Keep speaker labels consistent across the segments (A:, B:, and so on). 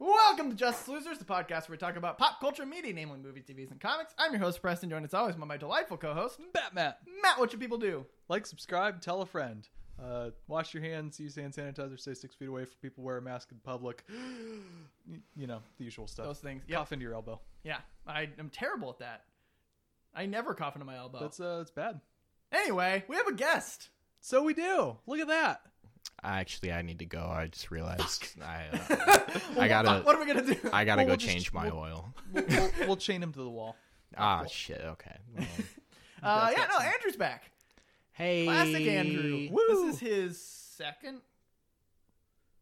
A: Welcome to Just Losers, the podcast where we talk about pop culture media, namely movies, TVs, and comics. I'm your host, Preston, joined as always by my delightful co-host,
B: Batman.
A: Matt. What should people do?
B: Like, subscribe, tell a friend. Uh, wash your hands, use hand sanitizer, stay six feet away from people, wear a mask in public. Y- you know, the usual stuff.
A: Those things. Yep.
B: Cough into your elbow.
A: Yeah, I am terrible at that. I never cough into my elbow.
B: That's uh, it's bad.
A: Anyway, we have a guest.
B: So we do. Look at that.
C: I actually I need to go. I just realized I uh, I gotta
A: What are we gonna do?
C: I gotta
B: Well,
C: go
B: we'll just-
C: change my
B: we'll-
C: oil.
B: We'll, we'll, we'll chain him to the wall.
C: Ah
B: Cool.
C: shit. Okay. Well,
A: Uh,
B: That's
A: yeah,
B: it.
A: no, Andrew's back.
C: hey,
A: Classic Andrew.
B: Woo.
A: This is his second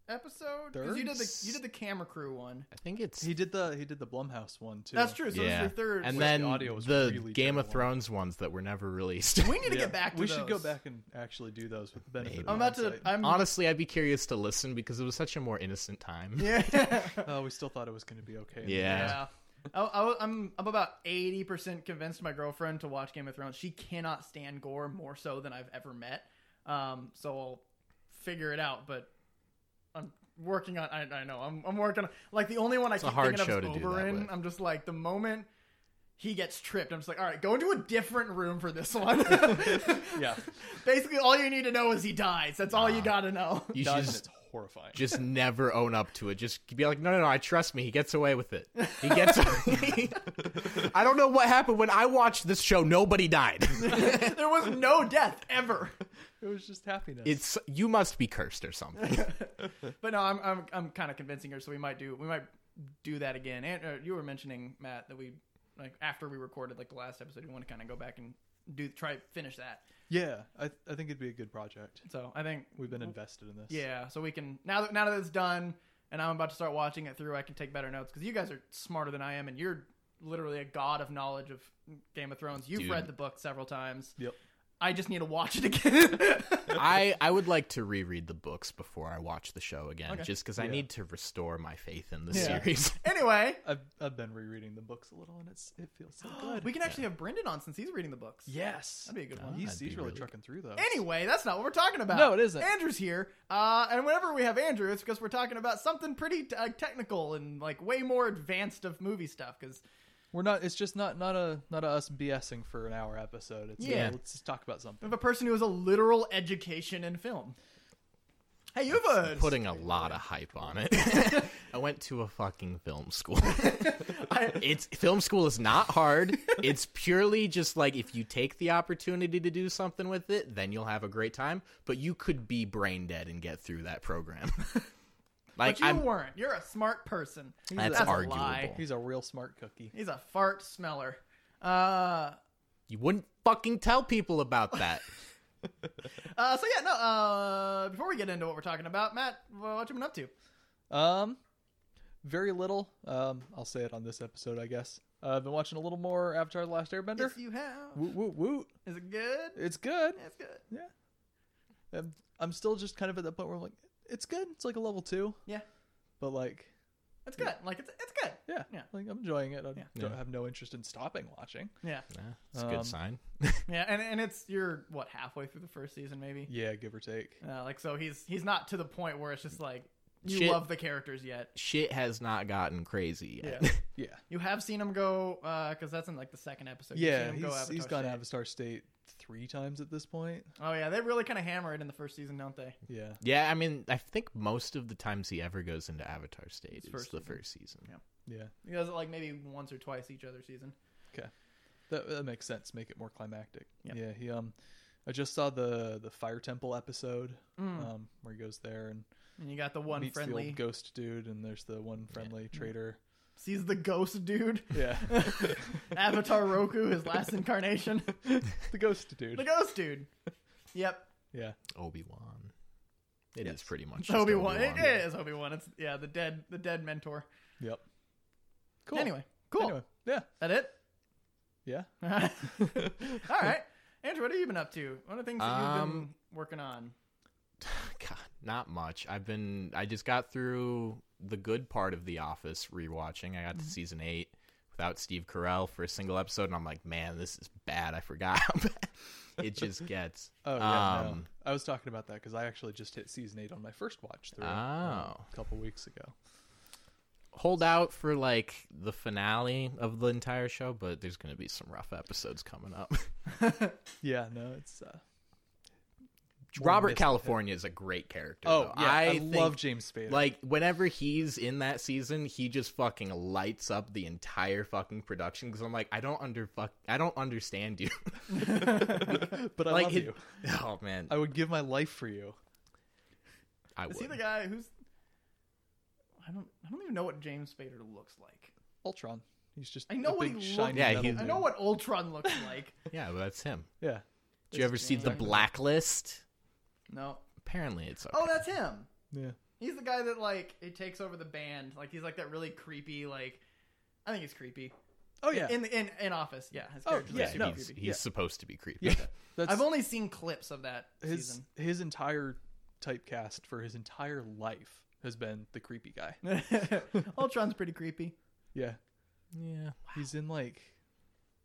A: episode. 'Cause You did the you did the camera crew one.
C: I think it's
B: He did the he did the Blumhouse one too.
A: That's true. So
C: yeah.
A: this is your third.
C: and
A: one.
C: then
B: the audio was
C: the
B: really
C: Game of
B: terrible.
C: Thrones ones that were never released.
A: we need to
B: Yeah.
A: get back. to
B: We should go
A: those.
B: back and actually do those with the benefit.
C: Maybe.
B: of
A: I'm about to.
B: hindsight.
A: I'm
C: Honestly, I'd be curious to listen because it was such a more innocent time.
A: Yeah.
B: Oh, we still thought it was going to be okay.
C: Yeah.
A: yeah. I, am I'm about eighty percent convinced my girlfriend to watch Game of Thrones. She cannot stand gore more so than I've ever met. Um, so I'll figure it out. But I'm working on. I, I know I'm, I'm working on. Like the only one I
C: a
A: keep
C: hard
A: thinking
C: show
A: of
C: to
A: is
C: do that
A: Oberyn.
C: with.
A: I'm just like the moment he gets tripped. I'm just like, all right, go into a different room for this one.
B: Yeah.
A: Basically, all you need to know is he dies. That's all you
C: Nah.
A: got to know.
C: You should
B: Does, and
C: just,
B: it's horrifying.
C: just never own up to it. Just be like, no, no, no. I trust me. He gets away with it. He gets. I don't know what happened when I watched this show. Nobody died.
A: there was no death ever.
B: It was just happiness.
C: It's you must be cursed or something.
A: But no, I'm I'm I'm kind of convincing her, so we might do we might do that again. And uh, you were mentioning Matt that we like after we recorded like the last episode, we want to kind of go back and do try finish that.
B: yeah, I, I think it'd be a good project.
A: So I think
B: We've been invested in this.
A: Mm-hmm. yeah, so we can now that now that it's done, and I'm about to start watching it through, I can take better notes because you guys are smarter than I am, and you're literally a god of knowledge of Game of Thrones. You've
C: Dude.
A: read the book several times.
B: Yep.
A: I just need to watch it again.
C: I I would like to reread the books before I watch the show again,
A: Okay.
C: just because I
B: Yeah.
C: need to restore my faith in the
B: Yeah.
C: series.
A: anyway,
B: I've, I've been rereading the books a little, and it's it feels so good.
A: we can actually have Brendan on since he's reading the books.
B: yes,
A: That'd be a good one.
B: He's,
C: That'd
B: he's
C: be
B: really
C: really
B: trucking through those.
A: Anyway, that's not what we're talking about.
B: No, it isn't.
A: Andrew's here, uh, and whenever we have Andrew, it's because we're talking about something pretty uh, technical and like way more advanced of movie stuff. Because
B: we're not. It's just not not a not a us BSing for an hour episode. It's yeah.
A: Yeah.
B: let's just talk about something.
A: of a person who has a literal education in film. Hey, you've a,
C: Putting a lot of hype on it. I went to a fucking film school.
A: I,
C: It's film school is not hard. It's purely just like if you take the opportunity to do something with it, then you'll have a great time. But you could be brain dead and get through that program.
A: but
C: like
A: you
C: I'm,
A: weren't. You're a smart person.
C: That's
A: a
C: arguable.
A: lie.
B: He's a real smart cookie.
A: He's a fart smeller. Uh,
C: you wouldn't fucking tell people about that.
A: uh, so yeah, no. Uh, before we get into what we're talking about, Matt, what you been up to?
B: Um, very little. Um, I'll say it on this episode, I guess. Uh, I've been watching a little more Avatar: The Last Airbender.
A: If you have,
B: Woot woot woot!
A: is it good?
B: It's good.
A: It's good.
B: I'm, I'm still just kind of at that point where I'm like, it's good. It's like a level two.
A: Yeah.
B: But like,
A: It's good. Like it's it's good.
B: yeah,
A: Yeah.
B: like I'm enjoying it. I
A: Yeah.
B: don't
C: Yeah.
B: have no interest in stopping watching.
A: Yeah.
C: Yeah, it's a good
B: Um,
C: sign.
A: Yeah, and and it's you're what halfway through the first season, maybe.
B: Yeah, give or take.
A: Uh, like so, he's he's not to the point where it's just like you
C: Shit.
A: love the characters yet.
C: Shit has not gotten crazy yet.
A: Yeah.
B: Yeah,
A: You have seen him go because that's in like the second episode. You've
B: yeah.
A: seen him go
B: He's, he's
A: Avatar
B: gone
A: State.
B: Avatar State three times at this point.
A: Oh yeah, they really kind of hammer it in the first season, don't they?
B: Yeah,
C: Yeah, I mean, I think most of the times he ever goes into Avatar stage is
A: first
C: the
A: season.
C: first season.
A: Yeah.
B: yeah.
A: He does it like maybe once or twice each other season.
B: That, that makes sense. Make it more climactic.
A: Yeah.
B: Yeah. He um, I just saw the the Fire Temple episode
A: Mm.
B: um where he goes there and
A: and you got the one
B: meets the
A: friendly
B: old ghost dude and there's the one friendly traitor.
A: sees the ghost dude,
B: Yeah,
A: Avatar Roku, his last incarnation,
B: the ghost
A: the
B: dude.
A: ghost dude. Yep,
B: Yeah.
C: Obi Wan. It is
B: Yes.
C: pretty much just
A: Obi Wan. It
C: Obi-Wan.
A: is Obi Wan. It's yeah, the dead the dead mentor.
B: Yep. Cool.
A: Anyway, cool.
B: Anyway, yeah.
A: That it?
B: Yeah.
A: All right. Andrew, what have you been up to? What are the things that you've been
C: Um,
A: working on?
C: God, not much. I've been. I just got through the good part of The Office rewatching. I got
B: Mm-hmm.
C: to season eight without Steve Carell for a single episode, and I'm like, man, this is bad. I forgot how bad it just gets.
B: Oh yeah, no.
C: Um,
B: I was talking about that because I actually just hit season eight on my first watch through um,
C: Oh.
B: a couple weeks ago.
C: hold out for like the finale of the entire show, but there's going to be some rough episodes coming up.
B: Yeah, no, it's. Uh, more
C: Robert
B: mis-
C: California is a great character.
B: Oh,
C: though.
B: yeah, I,
C: think,
B: love James Spader.
C: Like whenever he's in that season, he just fucking lights up the entire fucking production because I'm like, I don't under fuck, I don't understand you.
B: but I
C: like
B: love
C: his-
B: you.
C: Oh man,
B: I would give my life for you.
C: I
A: Is
C: would.
A: he the guy who's? I don't. I don't even know what James Spader looks like.
B: Ultron. He's just.
A: I know
B: a
A: what
B: big
A: he looked
B: shiny
C: Yeah,
B: metal
C: he's-
A: I
B: dude.
A: know what Ultron looks like.
C: Yeah, well, that's him.
B: Yeah.
C: Did you ever see the
A: James Spader.
C: Blacklist?
A: No.
C: Apparently, it's okay.
A: Oh, that's him.
B: Yeah.
A: He's the guy that like it takes over the band. Like he's like that really creepy. Like I think he's creepy.
B: Oh yeah.
A: In the in, in office. Yeah. His
B: Oh,
A: character's
B: yeah,
A: super
B: no.
C: he's,
A: creepy.
C: he's
B: Yeah.
C: supposed to be creepy.
B: yeah. That's
A: I've only seen clips of that
B: his
A: season.
B: his entire typecast for his entire life has been the creepy guy.
A: Ultron's pretty creepy.
B: Yeah.
C: yeah.
B: He's in like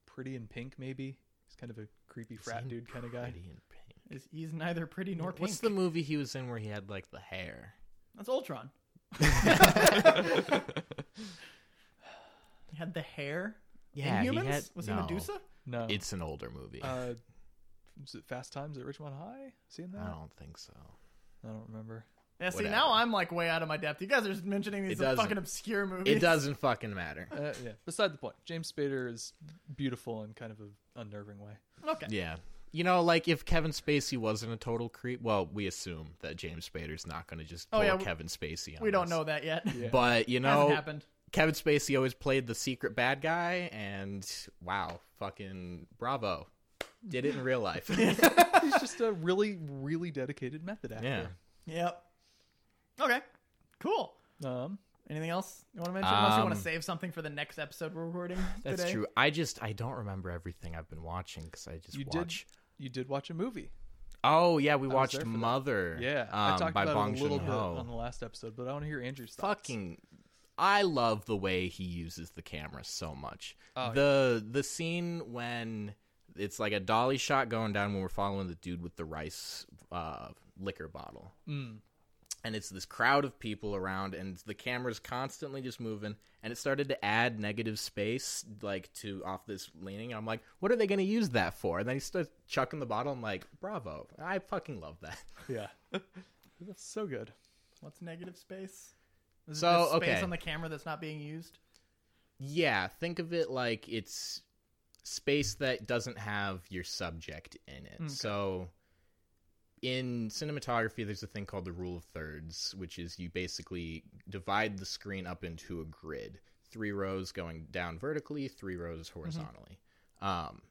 B: Pretty in Pink maybe. He's kind of a creepy frat
C: Isn't
B: dude kind of guy.
C: Pretty in Pink.
A: He's, he's neither pretty nor pink.
C: What's the movie he was in where he had like the hair?
A: That's Ultron. he had the hair.
C: Yeah,
A: Inhumans?
C: he had.
A: Was
C: no,
A: he Medusa?
B: No.
C: It's an older movie.
B: uh is it Fast Times at Richmond High? Seen that?
C: I don't think so.
B: I don't remember.
A: Yeah. See,
C: Whatever.
A: now I'm like way out of my depth. You guys are just mentioning these
C: It doesn't.
A: fucking obscure movies.
C: It doesn't fucking matter.
B: Uh, yeah. Beside the point. James Spader is beautiful in kind of an unnerving way.
A: Okay.
C: Yeah. You know, like if Kevin Spacey wasn't a total creep, well, we assume that James Spader's not going to just
A: Oh,
C: pull
A: yeah, we-
C: Kevin Spacey. On
A: We don't
C: us.
A: know that yet.
B: Yeah.
C: But you
A: Hasn't
C: know,
A: happened.
C: Kevin Spacey always played the secret bad guy, and wow, fucking bravo, did it in real life.
B: He's just a really, really dedicated method
C: yeah.
B: actor.
A: Yep. Okay. Cool.
B: Um,
A: Anything else you want to mention? Unless you want
C: Um,
A: to save something for the next episode we're recording
C: That's
A: today.
C: true. I just I don't remember everything I've been watching because I just
B: you
C: watch.
B: did you did watch a movie.
C: Oh yeah, we
B: was
C: watched
B: there for that.
C: Mother.
B: Yeah,
C: um,
B: I talked
C: by
B: about
C: Bong
B: it a little bit
C: Joon-ho.
B: on the last episode, but I want to hear Andrew's thoughts.
C: fucking I love the way he uses the camera so much.
B: Oh,
C: the the scene when it's like a dolly shot going down when we're following the dude with the rice uh, liquor bottle.
B: Mm.
C: And it's this crowd of people around and the camera's constantly just moving and it started to add negative space like to off this leaning. I'm like, what are they gonna use that for? And then he starts chucking the bottle, I'm like, bravo. I fucking love that.
B: Yeah, that's so good.
A: What's negative space? Is it
C: So,
A: the space
C: okay.
A: on the camera that's not being used.
C: Yeah, think of it like it's space that doesn't have your subject in it.
B: Mm,
C: So in cinematography there's a thing called the rule of thirds, which is you basically divide the screen up into a grid. Three rows going down vertically, three rows
B: Mm-hmm.
C: horizontally. Um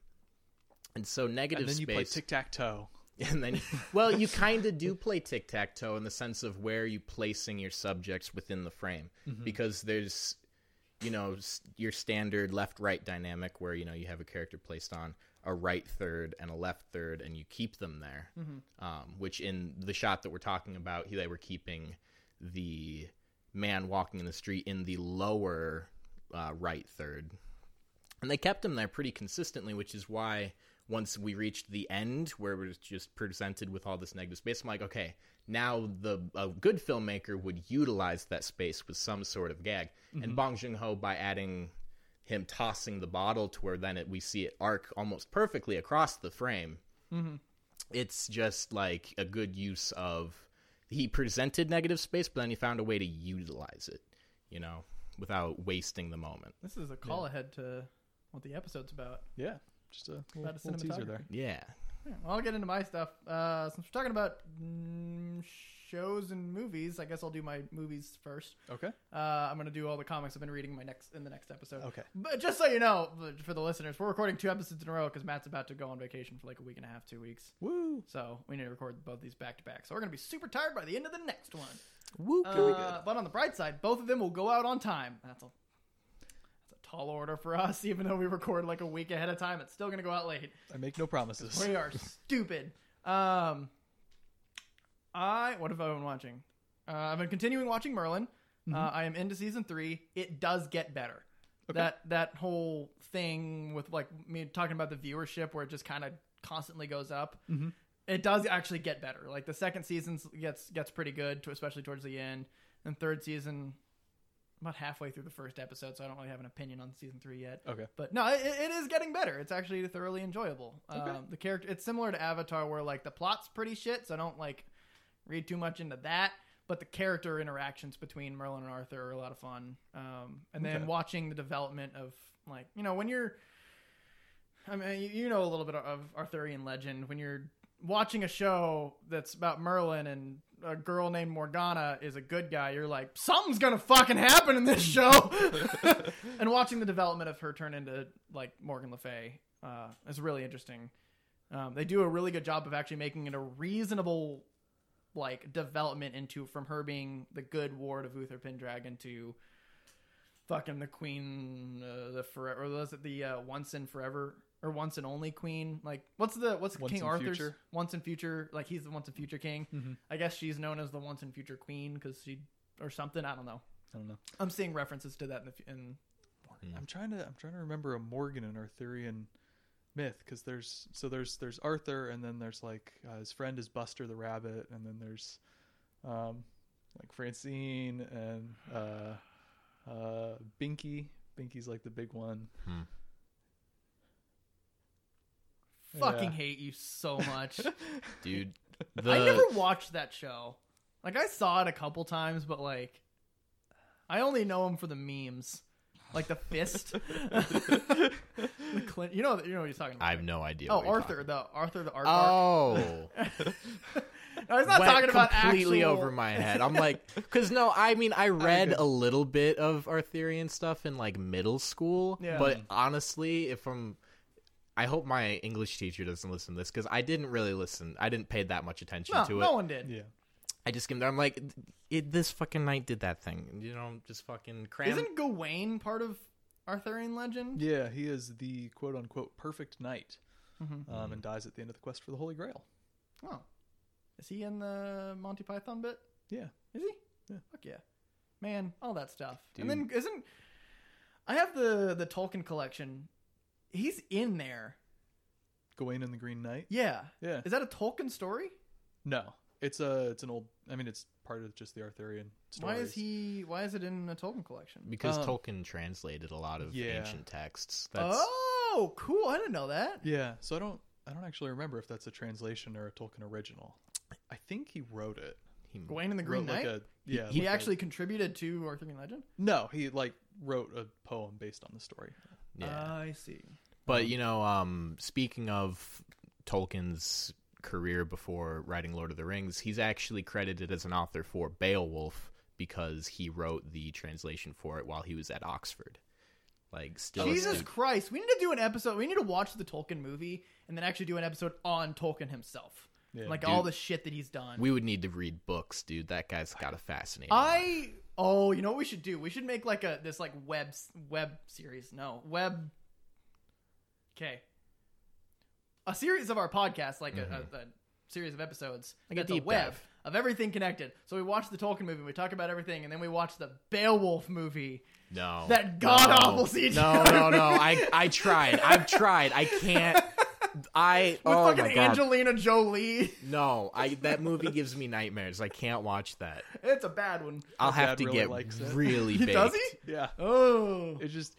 C: and so negative
B: and then you play
C: space
B: tic tac toe.
C: and then well you kind of do play tic-tac-toe in the sense of where you placing your subjects within the frame because there's you know s- your standard left right dynamic where you know you have a character placed on a right third and a left third and you keep them there um, which in the shot that we're talking about he- they were keeping the man walking in the street in the lower uh, right third and they kept him there pretty consistently, which is why once we reached the end where it was just presented with all this negative space, I'm like, okay, now the a good filmmaker would utilize that space with some sort of gag. And Bong Joon Ho by adding him tossing the bottle to where then it, we see it arc almost perfectly across the frame. It's just like a good use of he presented negative space, but then he found a way to utilize it, you know, without wasting the moment.
A: This is a call ahead to what the episode's about.
B: Yeah, just a little,
A: About a
B: little teaser there.
A: cinematography.
C: Yeah.
A: Alright, well, I'll get into my stuff. Uh, since we're talking about mm, shows and movies, I guess I'll do my movies first.
B: Okay,
A: Uh, I'm gonna do all the comics I've been reading my next in the next episode.
B: Okay.
A: But just so you know, for the listeners, we're recording two episodes in a row because Matt's about to go on vacation for like a week and a half, two weeks.
B: woo,
A: So we need to record both these back to back. So we're gonna be super tired by the end of the next one.
B: woo,
A: Uh, But on the bright side, both of them will go out on time. That's a that's a tall order for us, even though we record like a week ahead of time. It's still gonna go out late.
B: I make no promises.
A: We are stupid. Um, I what have I been watching? Uh, I've been continuing watching Merlin. Uh, I am into season three. It does get better. That that whole thing with like me talking about the viewership, where it just kind of constantly goes up. It does actually get better. Like the second season gets gets pretty good, to, especially towards the end. And third season, I'm about halfway through the first episode, so I don't really have an opinion on season three yet.
B: Okay.
A: But no, it, it is getting better. It's actually thoroughly enjoyable.
B: Okay.
A: Um, the character, it's similar to Avatar, where like the plot's pretty shit, so don't like read too much into that. But the character interactions between Merlin and Arthur are a lot of fun. Um, and then
B: Okay.
A: watching the development of like you know when you're, I mean you, you know a little bit of Arthurian legend when you're watching a show that's about Merlin and a girl named Morgana is a good guy, you're like, something's gonna fucking happen in this show. and watching the development of her turn into like Morgan Le Fay uh, is really interesting. Um, they do a really good job of actually making it a reasonable like development into from her being the good ward of Uther Pendragon to fucking the queen, uh, the forever, or was it the uh, once and forever or once and only queen? Like, what's the what's
B: Once
A: King
B: and
A: Arthur's
B: future.
A: once and future? Like, he's the once and future king.
B: Mhm.
A: I guess she's known as the once and future queen because she or something. I don't know.
B: I don't know.
A: I'm seeing references to that in the fu- in
B: I'm trying to I'm trying to remember a Morgan and Arthurian myth because there's so there's there's Arthur and then there's like uh, his friend is Buster the Rabbit and then there's um like Francine and uh uh Binky Binky's like the big one
A: fucking
B: Yeah.
A: hate you so much.
C: dude. The,
A: I never watched that show. Like I saw it a couple times, but like I only know him for the memes, like the fist, the Clint. You know, you know what he's talking
C: I
A: about.
C: have no idea.
A: oh,
C: what you're
A: Arthur, the Arthur, the
C: talking-
A: Arthur.
C: Oh,
A: I was not
C: went
A: talking about
C: completely
A: actual-
C: over my head. I'm like, because no, I mean, I read
B: good.
C: a little bit of Arthurian stuff in like middle school,
A: Yeah.
C: but honestly, if I'm, I hope my English teacher doesn't listen to this because I didn't really listen. I didn't pay that much attention
A: No,
C: to it.
A: no one did.
B: yeah
C: I just came there. I'm like, it, this fucking knight did that thing. You know, just fucking cram.
A: Isn't Gawain part of Arthurian legend?
B: yeah he is the quote unquote perfect knight
A: Mhm.
B: um and dies at the end of the quest for the Holy Grail
A: Oh, is he in the Monty Python bit?
B: yeah
A: Is he?
B: Yeah.
A: Fuck yeah. Man, all that stuff. And then isn't I have the the Tolkien collection. He's in there.
B: Gawain and the Green Knight
A: Yeah.
B: yeah
A: Is that a Tolkien story?
B: no it's a it's an old I mean it's part of just the Arthurian stories.
A: Why is he why is it in a Tolkien collection?
C: because
B: um,
C: Tolkien translated a lot of
B: Yeah.
C: ancient texts. That's
A: Oh, cool. I didn't know that.
B: Yeah, so I don't I don't actually remember if that's a translation or a Tolkien original. I think he wrote it.
C: he,
A: Gawain and the Green
B: Wrote like
A: Knight.
B: a yeah.
A: he
B: like a-
A: actually contributed to Arthurian legend.
B: no, he like wrote a poem based on the story.
C: yeah.
A: I see.
C: But
A: Mm-hmm.
C: you know, um, speaking of Tolkien's career before writing Lord of the Rings, he's actually credited as an author for Beowulf because he wrote the translation for it while he was at Oxford. Like still, a
A: Jesus
C: student.
A: Christ. We need to do an episode. We need to watch the Tolkien movie and then actually do an episode on Tolkien himself.
B: Yeah.
A: like
C: dude.
A: all the shit that he's done.
C: we would need to read books, dude. That guy's got a fascinating. life.
A: I oh, you know what we should do? We should make like a this like web web series. No web. Okay. A series of our podcast, like a, a, a series of episodes.
C: Mm-hmm. Like a
A: that's
C: deep
A: web
C: dive.
A: of everything connected. So we watch the Tolkien movie, we talk about everything, and then we watch the Beowulf movie.
C: Oh, no
A: that god
C: No.
A: awful CGI
C: No, no, no. I I tried. I've tried. I can't. I
A: With
C: oh my
A: fucking
C: god.
A: Angelina Jolie.
C: No, I that movie gives me nightmares. I can't watch that.
A: it's a bad one.
C: I'll
B: dad
C: have to
B: really
C: get
B: likes it.
C: really baked.
A: Does he?
B: Yeah.
A: Oh.
B: It just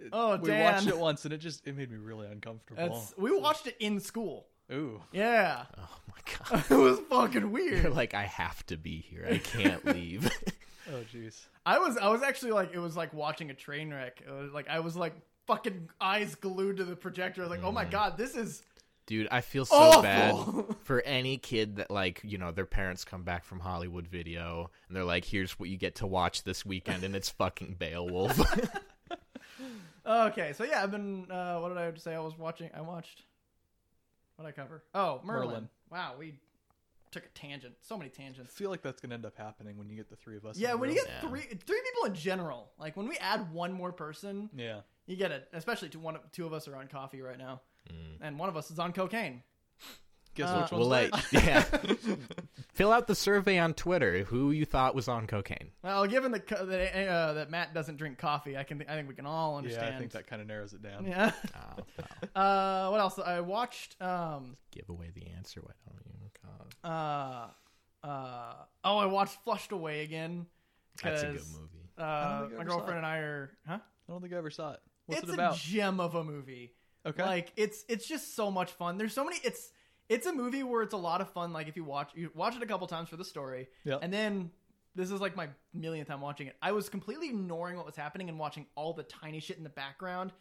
B: it-
A: Oh,
B: we
A: Dan.
B: watched it once and it just it made me really uncomfortable.
A: That's, we watched it in school.
B: Ooh.
A: Yeah.
C: Oh my god.
A: it was fucking weird.
C: You're like, I have to be here. I can't leave.
B: Oh jeez.
A: I was I was actually like it was like watching a train wreck. It was like I was like fucking eyes glued to the projector. I was like, oh my god, this is
C: Dude, I feel Mm-hmm. so
A: Awful.
C: bad for any kid that like, you know, their parents come back from Hollywood video and they're like, here's what you get to watch this weekend and it's fucking Beowulf.
A: okay. So yeah, I've been uh, what did I say? I was watching. I watched. What I cover? Oh, Merlin.
B: Merlin.
A: Wow, we took a tangent. So many
B: I
A: tangents.
B: feel like that's gonna end up happening when you get the three of us. in
A: Yeah,
B: the
A: when you
B: room.
A: get
C: Yeah.
A: three three people in general, like when we add one more person,
B: Yeah.
A: you get it. Especially to one, two of us are on coffee right now,
C: Mm.
A: and one of us is on cocaine.
B: Guess
A: Uh,
B: which one's
C: we'll let yeah. Fill out the survey on Twitter who you thought was on cocaine.
A: Well, given the, co- that uh, that Matt doesn't drink coffee, I can I think we can all
B: yeah,
A: understand.
B: I think that kinda narrows it down.
A: Yeah.
C: Oh, wow.
A: Uh, what else? I watched. Um.
C: Give away the answer. Why don't you? God.
A: Uh. Uh. Oh, I watched Flushed Away again.
C: That's a good
A: 'cause,
C: movie.
B: don't
A: uh,
B: think I
A: my
B: ever saw
A: girlfriend
B: it.
A: and I are, huh?
B: I don't think I ever saw it. What's
A: it's
B: it about?
A: a gem of a movie.
B: okay.
A: Like it's it's just so much fun. There's so many. It's it's a movie where it's a lot of fun. Like if you watch you watch it a couple times for the story,
B: Yep.
A: and then this is like my millionth time watching it. I was completely ignoring what was happening and watching all the tiny shit in the background,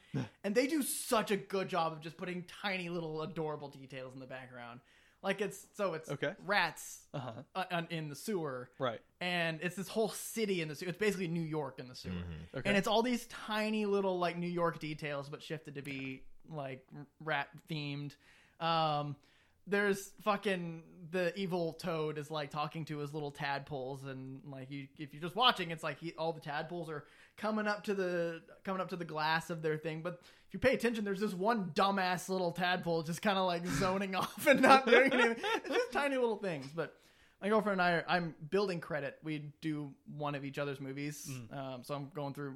A: and they do such a good job of just putting tiny little adorable details in the background. Like it's so it's
B: Okay.
A: rats
B: uh huh.
A: uh, uh, in the sewer,
B: Right.
A: and it's this whole city in the sewer. It's basically New York in the sewer.
B: Okay.
A: And it's all these tiny little like New York details, but shifted to be like r- rat themed. Um, there's fucking the evil toad is like talking to his little tadpoles, and like you, if you're just watching, it's like he, all the tadpoles are coming up to the coming up to the glass of their thing. But if you pay attention, there's this one dumbass little tadpole just kind of like zoning off and not doing anything. It's just tiny little things, but my girlfriend and I are I'm building credit. We do one of each other's movies. Um, so I'm going through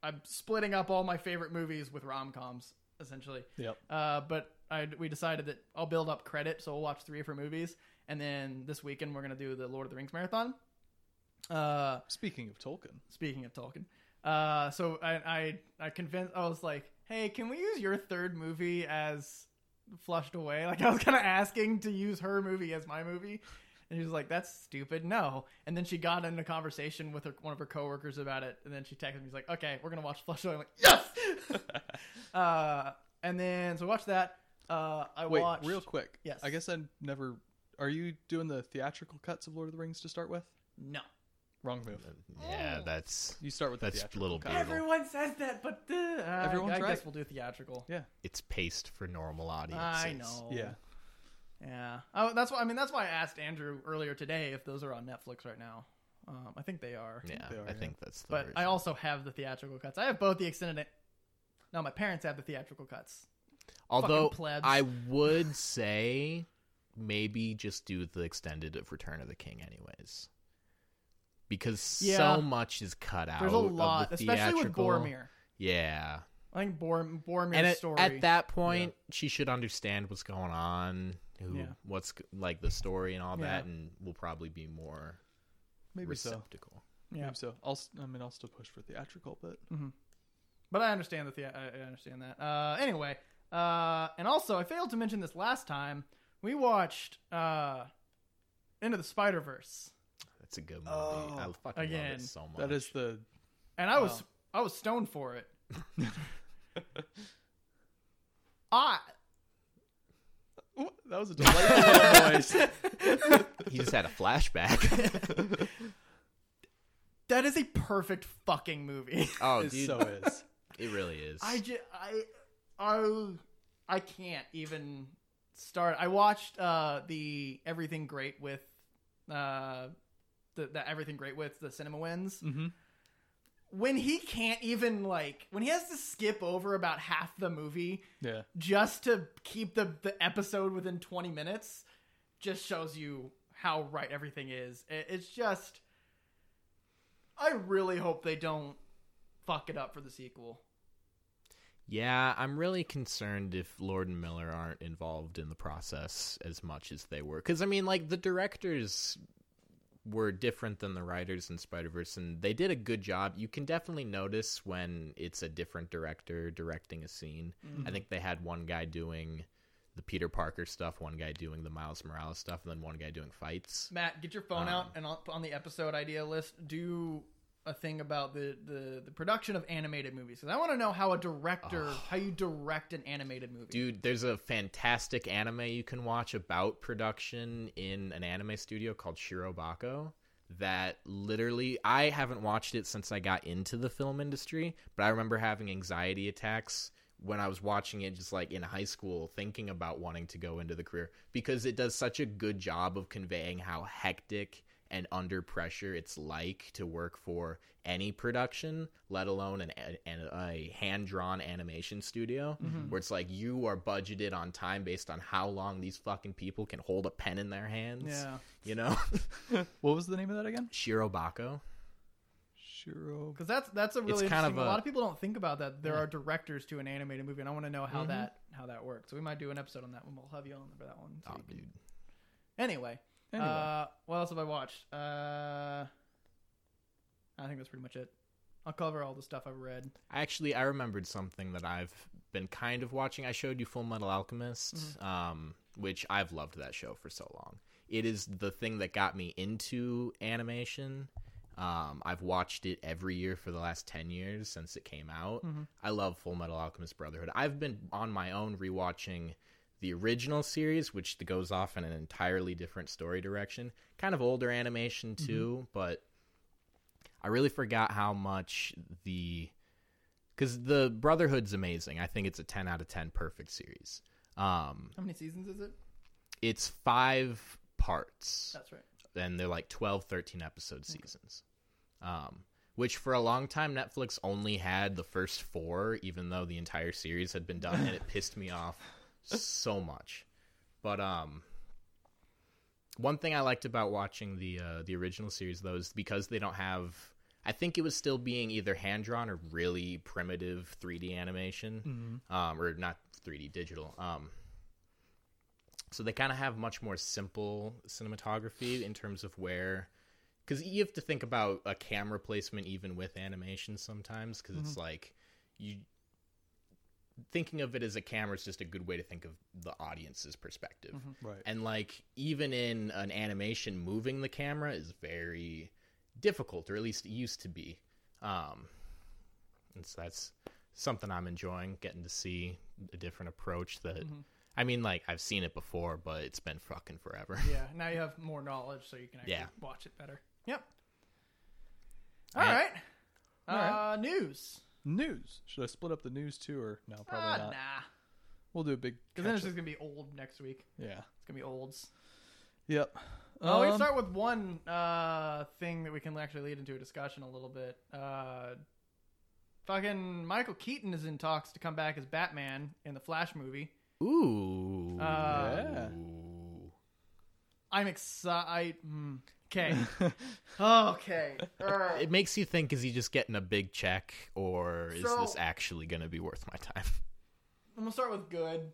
A: I'm splitting up all my favorite movies with rom coms, essentially.
B: Yep.
A: Uh, but I we decided that I'll build up credit, so we'll watch three of her movies, and then this weekend we're gonna do the Lord of the Rings marathon. Uh,
B: Speaking of Tolkien,
A: speaking of Tolkien, uh, so I I, I convinced I was like, hey, can we use your third movie as flushed away? Like I was kind of asking to use her movie as my movie. And she was like, "That's stupid, no." And then she got in a conversation with her, one of her coworkers about it, and then she texted me, "She's like, okay, we're gonna watch Flush Away." I'm like, yes. uh, and then so I watched that. Uh, I
B: wait,
A: watched
B: real quick.
A: Yes.
B: I guess I never. Are you doing the theatrical cuts of Lord of the Rings to start with?
A: no.
B: Wrong move.
C: Yeah, that's
B: You start with the
C: That's
B: theatrical
C: little
B: cut.
C: Brutal. bit.
A: Everyone says that, but uh,
B: Everyone's
A: I, I
B: right.
A: guess we'll do theatrical.
B: Yeah.
C: it's paced for normal audiences.
A: I know.
B: Yeah.
A: Yeah, I, that's why. I mean, that's why I asked Andrew earlier today if those are on Netflix right now. Um, I think they are.
C: Yeah,
B: They are,
C: I
B: yeah.
C: think that's the.
A: but I
C: version.
A: also have the theatrical cuts. I have both the extended. No, my parents have the theatrical cuts.
C: although
A: fucking plebs.
C: I would say maybe just do the extended of Return of the King, anyways, because
A: Yeah.
C: so much is cut out.
A: There's a lot,
C: of the
A: especially with
C: theatrical-
A: Boromir.
C: Yeah,
A: I think Bor- Boromir's
C: and at,
A: story.
C: at that point, she should understand what's going on, who,
A: Yeah.
C: what's g- like the story and all that,
A: Yeah.
C: and will probably be more
B: Maybe so.
C: receptacle.
A: yeah.
B: Maybe so. I'll. s- I mean, I'll still push for theatrical, but
A: But I understand that. The, I I understand that. Uh, anyway, uh, and also I failed to mention this last time. We watched uh, Into the Spider Verse,
C: That's a good movie.
B: Oh,
C: I fucking love
A: again.
C: it so much.
B: that is the.
A: and I was I was stoned for it. I
B: Ooh, that was a delightful noise.
C: he just had a flashback.
A: that is a perfect fucking movie.
C: oh,
B: It
C: dude,
B: so is.
C: it really is.
A: I just I I I can't even start. I watched uh the Everything Great with uh the, the Everything Great with the Cinema Wins.
B: Mm-hmm.
A: When he can't even like when he has to skip over about half the movie
B: Yeah.
A: just to keep the the episode within 20 minutes just shows you how right everything is. It, it's just I really hope they don't fuck it up for the sequel.
C: yeah, I'm really concerned if Lord and Miller aren't involved in the process as much as they were, because I mean, like the directors were different than the writers in Spider Verse, and they did a good job. You can definitely notice when it's a different director directing a scene. I think they had one guy doing the Peter Parker stuff, one guy doing the Miles Morales stuff, and then one guy doing fights.
A: Matt, get your phone
C: Um,
A: out and on, on the episode idea list, do a thing about the the, the production of animated movies because I want to know how a director how you direct an animated movie.
C: Dude, there's a fantastic anime you can watch about production in an anime studio called Shirobako that literally I haven't watched it since I got into the film industry, but I remember having anxiety attacks when I was watching it just like in high school thinking about wanting to go into the career because it does such a good job of conveying how hectic and under pressure it's like to work for any production, let alone an, an a hand drawn animation studio,
A: Mm-hmm.
C: where it's like you are budgeted on time based on how long these fucking people can hold a pen in their hands.
A: Yeah.
C: you know,
B: What was the name of that again?
C: Shirobako.
B: Shiro.
A: because that's that's a really
C: It's
A: interesting.
C: kind of
A: a,
C: a-
A: lot of people don't think about that. There are directors to an animated movie, and I want to know how that how that works. So we might do an episode on that one. We'll have you on for that one. so
C: Oh,
A: you can-
C: dude.
A: Anyway,
B: Anyway.
A: Uh, what else have Uh, I watched? Uh, I think that's pretty much it. I'll cover all the stuff I've read.
C: Actually, I remembered something that I've been kind of watching. I showed you Full Metal Alchemist, um, which I've loved that show for so long. It is the thing that got me into animation. Um, I've watched it every year for the last 10 years since it came out. I love Full Metal Alchemist Brotherhood. I've been on my own rewatching the original series, which goes off in an entirely different story direction. Kind of older animation, too, but I really forgot how much the because the Brotherhood's amazing. I think it's a ten out of ten perfect series. Um,
A: How many seasons is it?
C: it's five parts,
A: That's right.
C: and they're like 12, 13 episode seasons. Um, which for a long time Netflix only had the first four, even though the entire series had been done, and it pissed me off so much. But um, one thing I liked about watching the uh, the original series though is because they don't have. I think it was still being either hand drawn or really primitive 3D
B: Mm-hmm.
C: animation, um, or not 3D digital. Um, so they kind of have much more simple cinematography in terms of where, because you have to think about a camera placement even with animation sometimes, because it's like you thinking of it as a camera is just a good way to think of the audience's perspective.
B: Right.
C: And like even in an animation, moving the camera is very difficult, or at least it used to be. Um, and so that's something I'm enjoying, getting to see a different approach. That
A: Mm-hmm.
C: I mean, like I've seen it before, but it's been fucking forever.
A: Yeah. Now you have more knowledge, so you can actually
C: Yeah.
A: watch it better. Yep. All
C: I-
A: right.
B: All right.
A: Uh, news.
B: News. Should I split up the news too, or no? Probably
A: Ah,
B: not.
A: nah.
B: We'll do a big.
A: Because then it's
B: catch-up.
A: just gonna be old next week.
B: Yeah.
A: It's gonna be olds.
B: Yep.
A: Oh, we
B: Um,
A: can start with one uh, thing that we can actually lead into a discussion a little bit. Uh, fucking Michael Keaton is in talks to come back as Batman in the Flash movie.
C: Ooh.
A: Uh,
B: Yeah.
A: I'm excited. Okay. okay. Alright.
C: It makes you think: Is he just getting a big check, or is
A: So-
C: this actually going to be worth my time?
A: I'm gonna start with good.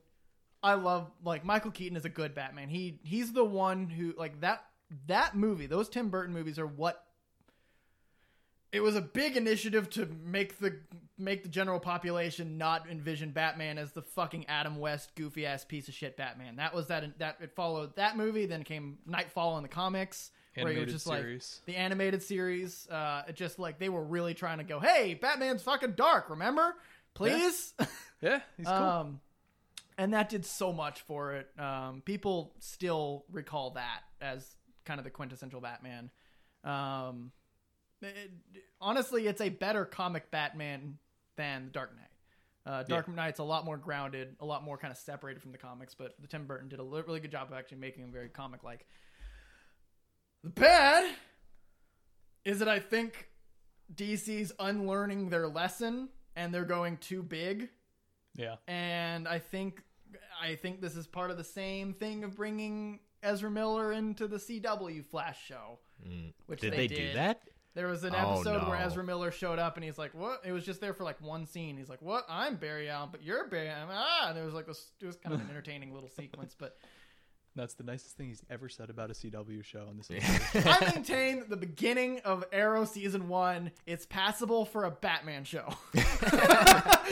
A: I love like Michael Keaton is a good Batman. He he's the one who like that that movie. Those Tim Burton movies are what. It was a big initiative to make the make the general population not envision Batman as the fucking Adam West goofy ass piece of shit Batman. That was that that it followed that movie. Then came Nightfall in the comics, where it
B: Animated
A: was just like
B: series.
A: the animated series. Uh, it just like they were really trying to go, hey, Batman's fucking dark. Remember, please.
B: yeah. He's cool.
A: Um, and that did so much for it. Um, people still recall that as kind of the quintessential Batman. Um, it- honestly, it's a better comic Batman than the Dark Knight. Uh, Dark Knight's a lot more grounded, a lot more kind of separated from the comics, but the Tim Burton did a li- really good job of actually making him very comic like. The bad is that I think DC's unlearning their lesson and they're going too big
B: yeah.
A: and I think I think this is part of the same thing of bringing Ezra Miller into the CW Flash show,
C: Mm.
A: which
C: Did
A: they,
C: they, do that?
A: There was an
C: Oh,
A: episode where
C: no.
A: Ezra Miller showed up and he's like, "What?" It was just there for like one scene. He's like, "What? I'm Barry Allen, but you're Barry Allen." Ah, and it was like this. It was kind of an entertaining little sequence, but
B: That's the nicest thing he's ever said about a CW show on this.
A: I maintain that the beginning of Arrow season one, it's passable for a Batman show.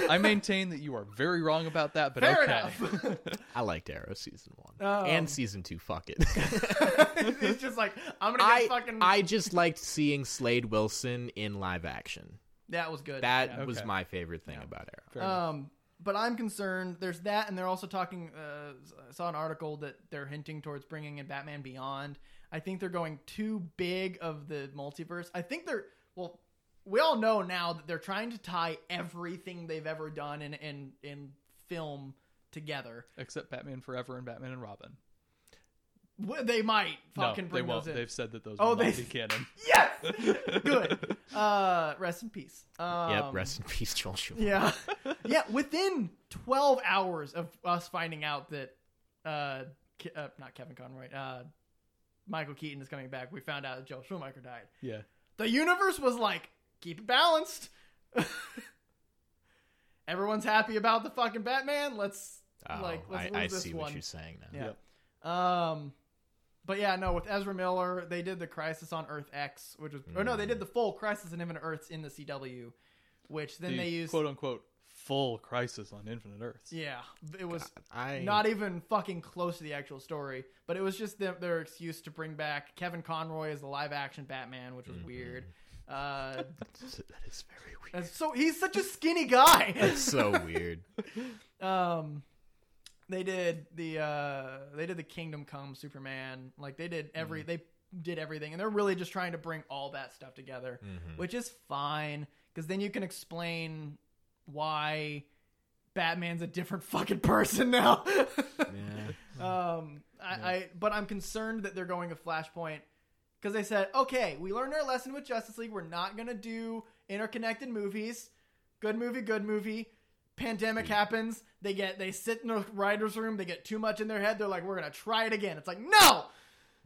B: I maintain that you are very wrong about that, but
A: Fair
B: okay.
A: enough.
C: I liked Arrow season one
A: Oh.
C: and season two. Fuck it.
A: it's just like I'm gonna
C: I
A: get fucking.
C: I just liked seeing Slade Wilson in live action.
A: that was good.
C: That
A: Yeah.
C: was
B: Okay.
C: my favorite thing about
B: Fair
C: Arrow.
B: enough.
A: Um, but I'm concerned. There's that, and they're also talking. Uh, I saw an article that they're hinting towards bringing in Batman Beyond. I think they're going too big of the multiverse. I think they're well. We all know now that they're trying to tie everything they've ever done in in, in film together.
B: Except Batman Forever and Batman and Robin.
A: Well, They might fucking
B: no,
A: bring
B: they won't.
A: those in.
B: They've said that those
A: Oh,
B: will
A: they-
B: not be canon.
A: Yes, good. Uh, rest in peace. Um,
C: Yep, rest in peace, Joel Schumacher.
A: Yeah. yeah, within 12 hours of us finding out that uh, Ke- uh not Kevin Conroy, uh Michael Keaton is coming back, we found out that Joel Schumacher died.
B: Yeah.
A: The universe was like, keep it balanced. Everyone's happy about the fucking Batman. Let's
C: Oh,
A: like let's
C: I,
A: move
C: I
A: this
C: see
A: one.
C: what you're saying now.
A: Yeah. Um, But yeah, no, with Ezra Miller, they did the Crisis on Earth X, which was or no, they
C: Mm.
A: did the full Crisis on Infinite Earths in the CW, which then
B: The
A: they used.
B: quote unquote full crisis on Infinite Earths.
A: yeah, it was
C: I
A: not e- even fucking close to the actual story, but it was just their, their excuse to bring back Kevin Conroy as the live action Batman, which was weird. Uh,
C: that is very weird.
A: and so he's such a skinny guy.
C: That's so weird.
A: Um, they did the uh, they did the Kingdom Come Superman, like they did every they did everything, and they're really just trying to bring all that stuff together,
C: Mm-hmm.
A: which is fine because then you can explain why Batman's a different fucking person now.
C: Yeah.
A: Um, I, I but I'm concerned that they're going to Flashpoint because they said, okay, we learned our lesson with Justice League. We're not gonna do interconnected movies. Good movie, good movie. Pandemic
C: Hmm.
A: happens. They get they sit in the writers' room. They get too much in their head. They're like, we're gonna try it again. It's like, no,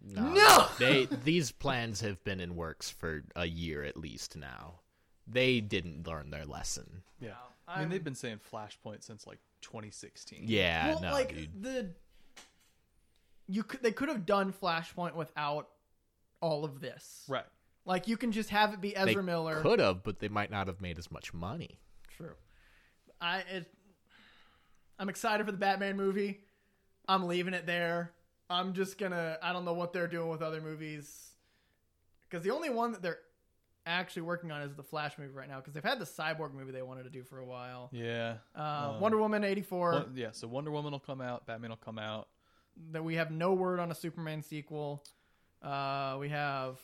A: No!
C: they these plans have been in works for a year at least now. They didn't learn their lesson.
B: Yeah.
A: No,
B: I mean,
A: I'm-
B: they've been saying Flashpoint since like 2016.
C: Yeah,
A: well,
C: no,
A: like
C: dude.
A: the you could they could have done Flashpoint without all of this.
B: Right.
A: Like you can just have it be Ezra
C: they
A: Miller.
C: could have, but they might not have made as much money.
A: True. I it, I'm excited for the Batman movie. I'm leaving it there. I'm just gonna. I don't know what they're doing with other movies, because the only one that they're actually working on is the Flash movie right now. Because they've had the Cyborg movie they wanted to do for a while.
B: Yeah.
A: Uh,
B: Um,
A: Wonder Woman '84.
B: Won- yeah. So Wonder Woman will come out. Batman will come out.
A: That we have no word on a Superman sequel. Uh, we have.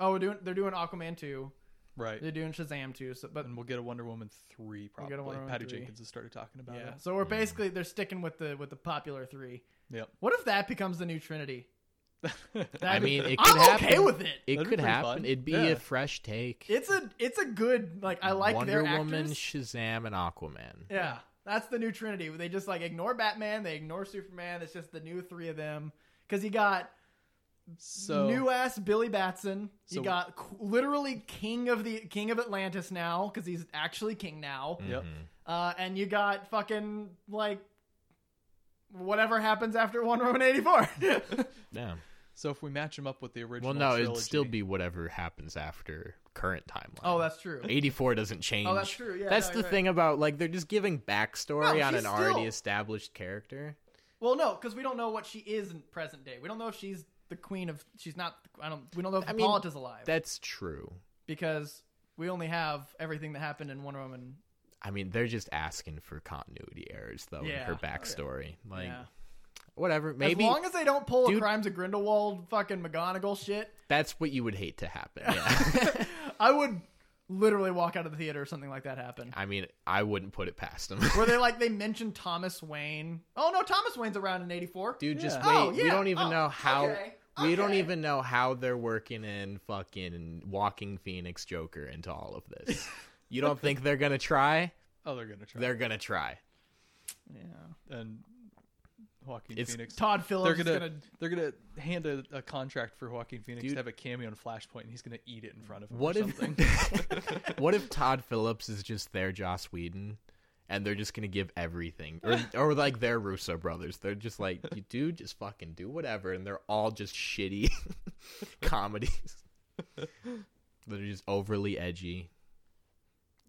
A: Oh, we're doing. They're doing Aquaman 2.
B: Right.
A: They're doing Shazam 2. So, but
B: and we'll get a Wonder Woman three
A: We'll
B: probably.
A: get a Wonder Woman
B: Patty
A: 3.
B: Jenkins has started talking about
A: yeah.
B: it.
A: So we're
C: Mm.
A: basically they're sticking with the with the popular three.
B: Yep.
A: What if that becomes the new Trinity?
C: I
A: That'd be-
C: mean, it could
A: I'm
C: happen.
A: okay with it.
C: It
B: That'd be
C: could
B: pretty
C: happen.
B: fun.
C: It'd be
B: Yeah.
C: a fresh take.
A: It's a it's a good like I like
C: Wonder
A: their actors.
C: Woman, Shazam, and Aquaman.
A: yeah, that's the new Trinity. They just like ignore Batman, they ignore Superman. It's just the new three of them because you got
B: So
A: new ass Billy Batson.
B: So-
A: you got qu- literally king of the king of Atlantis now because he's actually king now.
C: Mm.
B: Yep.
A: Uh, and you got fucking like whatever happens after Wonder Woman eighty four.
C: Yeah.
B: So if we match him up with the original,
C: Well, no,
B: trilogy,
C: it'd still be whatever happens after current timeline.
A: oh, that's true.
C: 84 doesn't change.
A: Oh, that's true. Yeah,
C: That's
A: no,
C: the
A: you're right.
C: thing about like they're just giving backstory
A: No,
C: on
A: she's
C: an already
A: still-
C: established character.
A: Well, no, because we don't know what she is in present day. We don't know if she's the queen of. She's not. I don't. We don't know if
C: I mean,
A: Hippolyta's alive
C: That's true.
A: because we only have everything that happened in Wonder Woman.
C: I mean, they're just asking for continuity errors though in
A: Yeah.
C: her
A: Oh, yeah.
C: backstory. Like
A: yeah.
C: whatever, maybe
A: as long as they don't pull
C: Dude-
A: a Crimes of Grindelwald fucking McGonagall shit,
C: that's what you would hate to happen. Yeah.
A: I would literally walk out of the theater if something like that happened.
C: I mean, I wouldn't put it past them.
A: Where they like they mentioned Thomas Wayne. Oh no, Thomas Wayne's around in '84.
C: Dude, just
B: Yeah.
C: wait.
A: Oh,
C: We
A: yeah.
C: don't even
A: Oh,
C: know how.
A: okay.
C: We don't
A: Okay.
C: even know how they're working in fucking Walking Phoenix Joker into all of this. you don't think they're gonna try?
B: oh, they're gonna try.
C: They're gonna try.
A: Yeah.
B: and Joaquin
C: It's
B: Phoenix.
A: Todd Phillips is
B: they're gonna,
A: gonna
B: they're gonna hand a, a contract for Joaquin Phoenix
C: Dude.
B: to have a cameo in Flashpoint, and he's gonna eat it in front of him.
C: What
B: or
C: if?
B: something.
C: what if Todd Phillips is just their Joss Whedon, and they're just gonna give everything, or or like their Russo brothers? They're just like, you dude, just fucking do whatever, and they're all just shitty comedies. that are just overly edgy.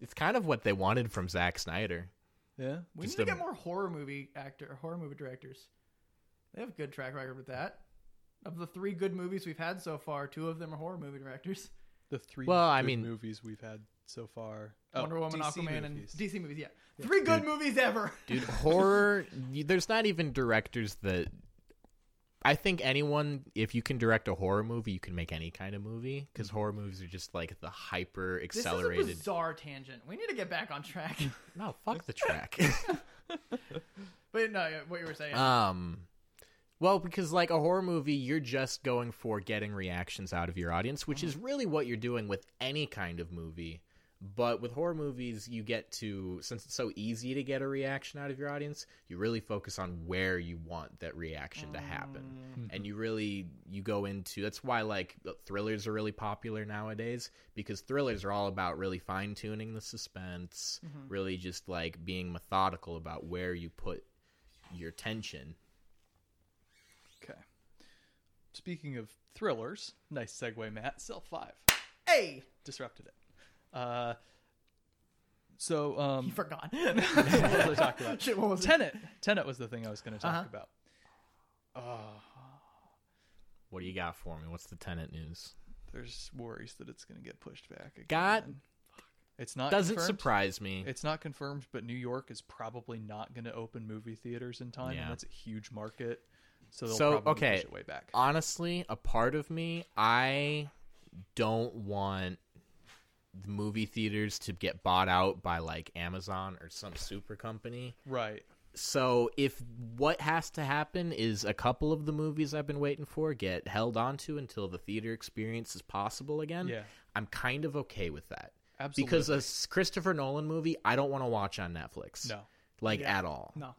C: It's kind of what they wanted from Zack Snyder.
B: yeah,
A: We
C: Just
A: need to
C: a-
A: get more horror movie actor, horror movie directors. They have a good track record with that. Of the three good movies we've had so far, two of them are horror movie directors:
B: the three
C: Well, I
B: good
C: mean-
B: movies we've had so far:
A: Wonder
B: oh,
A: Woman,
B: DC
A: Aquaman,
B: movies.
A: and DC movies. Yeah, three good movies ever.
C: dude horror you- there's not even directors that i think anyone if you can direct a horror movie you can make any kind of movie because horror movies are just like the hyper
A: This is a
C: accelerated
A: bizarre tangent. We need to get back on track.
C: no fuck the track
A: but no, yeah, what you were saying.
B: Uh,
C: um well because like a horror movie you're just going for getting reactions out of your audience which is really what you're doing with any kind of movie but with horror movies you get to since it's so easy to get a reaction out of your audience you really focus on where you want that reaction to happen and you really you go into that's why like thrillers are really popular nowadays because thrillers are all about really fine tuning the suspense really just like being methodical about where you put your tension
B: Okay. speaking of thrillers, nice segue, Matt. Cell five
A: Hey,
B: disrupted it. Uh, so
A: you
B: um,
A: forgot.
B: what was I talking about?
A: Shit, what was it?
B: Tenet. Tenet was the thing I was going to talk
A: Uh-huh.
B: about. Oh,
C: What do you got for me? What's the tenant news?
B: there's worries that it's going to get pushed back. Again.
C: God,
B: it's not
C: doesn't
B: confirmed.
C: surprise me.
B: It's not confirmed, but New York is probably not going to open movie theaters in time,
C: Yeah.
B: and that's a huge market. So they'll
C: So,
B: probably
C: okay.
B: push it way back.
C: Honestly, a part of me, I don't want the movie theaters to get bought out by like Amazon or some super company.
B: Right.
C: So if what has to happen is a couple of the movies I've been waiting for get held onto until the theater experience is possible again,
B: Yeah.
C: I'm kind of okay with that.
B: Absolutely.
C: Because a s- Christopher Nolan movie, I don't want to watch on Netflix.
B: no.
C: Like
A: Yeah.
C: at all.
A: No,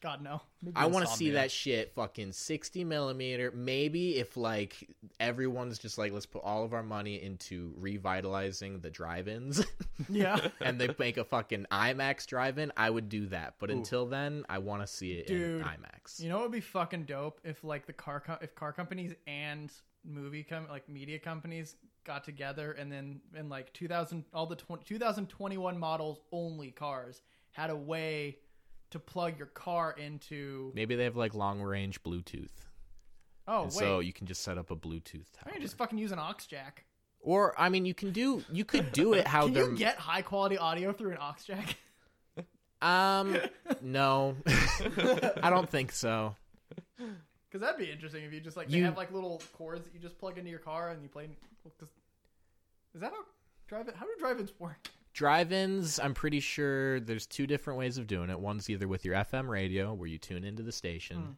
A: God no.
C: I want to see
B: Insomnia.
C: that shit fucking 60 millimeter. Maybe if like everyone's just like, let's put all of our money into revitalizing the drive ins
A: Yeah,
C: and they make a fucking IMAX drive in, I would do that. But
B: Ooh.
C: until then, I want to see it
A: Dude.
C: in IMAX.
A: you know it would be fucking dope if like the car co- if car companies and movie com- like media companies got together and then in like 2000 all the 20, 2021 models only cars had a way to plug your car into.
C: Maybe they have like long range Bluetooth.
A: Oh
C: and
A: wait,
C: so you can just set up a Bluetooth
A: I
C: tower.
A: can just fucking use an aux jack.
C: or I mean you can do you could do it how
A: Can
C: they're
A: you get high quality audio through an aux jack?
C: um no. I don't think so.
A: Because that'd be interesting if you just like they
C: You-
A: have like little cords that you just plug into your car and you play. well, 'cause- Is that how drive it? How do drive-ins work?
C: Drive-ins, I'm pretty sure there's two different ways of doing it. One's either with your FM radio where you tune into the station,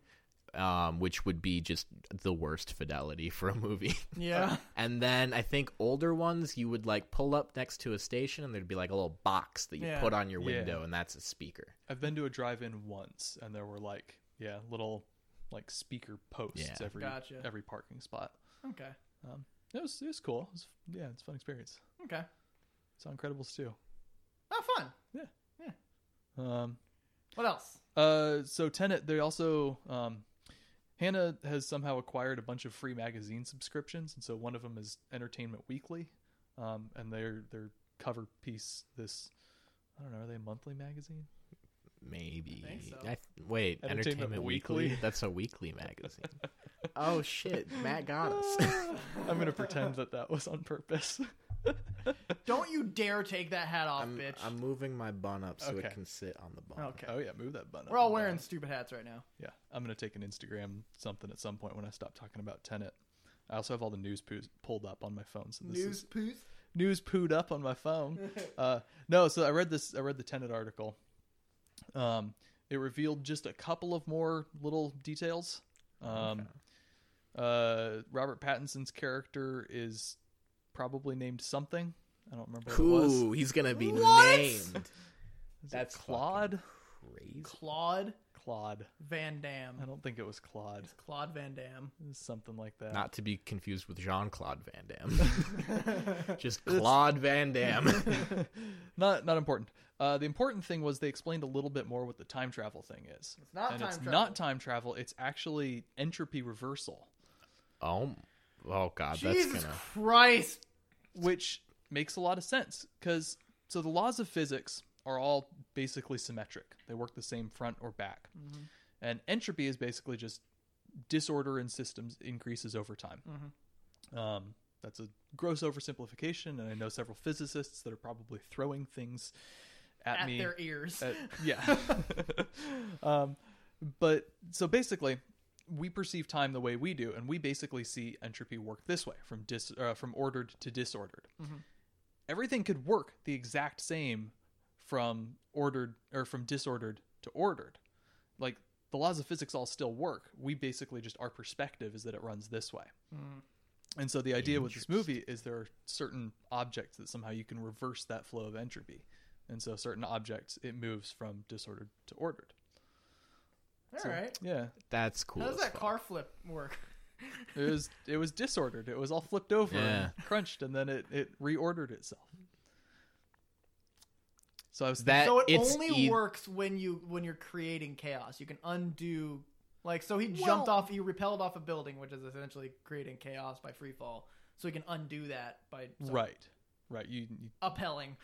A: Hmm.
C: um, which would be just the worst fidelity for a movie.
A: Yeah,
C: And then I think older ones you would like pull up next to a station and there'd be like a little box that you
A: Yeah.
C: put on your
B: Yeah.
C: window and that's a speaker.
B: I've been to a drive-in once, and there were like yeah, little like speaker posts
C: Yeah.
B: every
A: Gotcha.
B: every parking spot.
A: okay,
B: Um, it was it was cool. It was, yeah, it's a fun experience.
A: okay,
B: It's on Incredibles too.
A: oh fun.
B: Um,
A: What else?
B: uh, so Tenet, they also um, Hannah has somehow acquired a bunch of free magazine subscriptions, and so one of them is Entertainment Weekly, um, and their their cover piece this. I don't know. Are they a monthly magazine?
C: Maybe.
A: I think so.
C: I th- wait,
B: Entertainment
C: Entertainment, Weekly?
B: Weekly?
C: That's a weekly magazine. oh shit, Matt got us.
B: I'm gonna pretend that that was on purpose.
A: Don't you dare take that hat off,
C: I'm,
A: bitch.
C: I'm uh, moving my bun up so
B: Okay.
C: it can sit on the bun.
A: okay,
B: Oh yeah, move that button. up
A: we're all
B: and
A: wearing
B: down.
A: stupid hats right now.
B: Yeah, I'm gonna take an Instagram something at some point when I stop talking about Tenet. I also have all the news poos pulled up on my phone, so this
A: News
B: is
A: poos.
B: news pooed up on my phone. uh, no, so I read this. I read the Tenet article. Um, it revealed just a couple of more little details. Um, uh, Robert Pattinson's character is probably named something. I don't remember what it was.
C: Ooh, he's gonna be
A: What?
C: named.
B: Is it
C: That's
B: Claude.
C: Crazy.
A: Claude
B: Claude.
A: Van
B: I
A: Damme.
B: don't think it was Claude.
A: It's Claude Van Damme.
C: Uh,
B: It was Something like that.
C: Not to be confused with Jean Claude Van Damme. Just Claude Van Damme.
B: not not important. Uh, the important thing was they explained a little bit more what the time travel thing is.
A: It's not
B: and
A: time
B: it's
A: travel.
B: not time travel. It's actually entropy reversal,
C: oh, oh god,
A: Jesus
C: that's gonna.
A: Christ.
B: which makes a lot of sense because so the laws of physics are all basically symmetric. They work the same front or back, and entropy is basically just disorder in systems increases over time. Um, that's a gross oversimplification, and I know several physicists that are probably throwing things at,
A: At
B: me
A: their ears.
B: Uh, yeah. um, but so basically, we perceive time the way we do, and we basically see entropy work this way from dis uh, from ordered to disordered. Everything could work the exact same from ordered or from disordered to ordered. Like the laws of physics all still work. We basically just our perspective is that it runs this way. And so the idea with this movie is there are certain objects that somehow you can reverse that flow of entropy. And so certain objects it moves from disordered to ordered.
A: All right.
B: Yeah.
C: That's cool.
A: How does
C: as
A: that
C: fuck.
A: car flip work?
B: It was it was disordered. It was all flipped over
C: Yeah.
B: and crunched and then it, it reordered itself. So I was
C: That
A: So it
C: it's
A: only
C: e-
A: works when you when you're creating chaos. You can undo Like, so he jumped off, he repelled off a building, which is essentially creating chaos by free fall. So he can undo that by so
B: Right. Right. You, you
A: uppelling.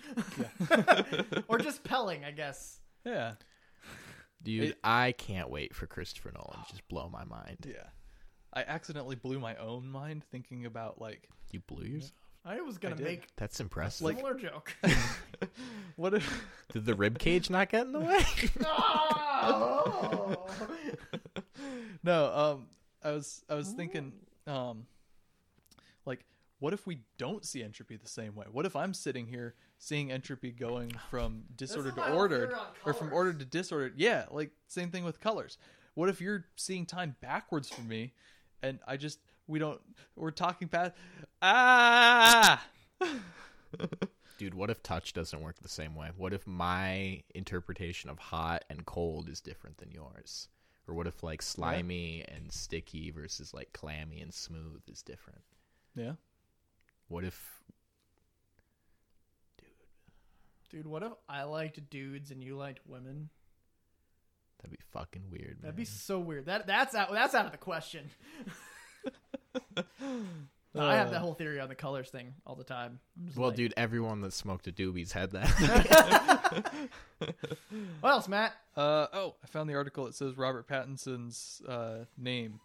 B: Yeah.
A: or just pelling, I guess.
B: yeah.
C: Dude,
B: It-
C: I can't wait for Christopher Nolan. to Just blow my mind.
B: Yeah. I accidentally blew my own mind thinking about like
C: You blew yourself?
A: I was going
B: I
A: to
B: did.
A: make
C: That's
A: a
C: impressive.
B: Like-
A: similar joke.
B: what if
C: Did the rib cage not get in the way?
A: oh!
B: No, um I was I was thinking um like what if we don't see entropy the same way? What if I'm sitting here seeing entropy going from disordered
A: my
B: to
A: whole
B: ordered
A: theory on
B: or from
A: colors.
B: ordered to disordered? Yeah, like same thing with colors. What if you're seeing time backwards from me and I just we don't we're talking past ah
C: Dude, what if touch doesn't work the same way? What if my interpretation of hot and cold is different than yours? Or what if like slimy and sticky versus like clammy and smooth is different?
B: Yeah.
C: What if
A: Dude, what if I liked dudes and you liked women?
C: that'd be fucking weird, man?
A: That'd be so weird. That that's out that's out of the question. No, I have that
B: Uh,
A: whole theory on the colors thing all the time. I'm just
C: well,
A: like,
C: dude, everyone that smoked a doobie's had that.
A: What else, Matt?
B: Uh, oh, I found the article. It says Robert Pattinson's uh, name,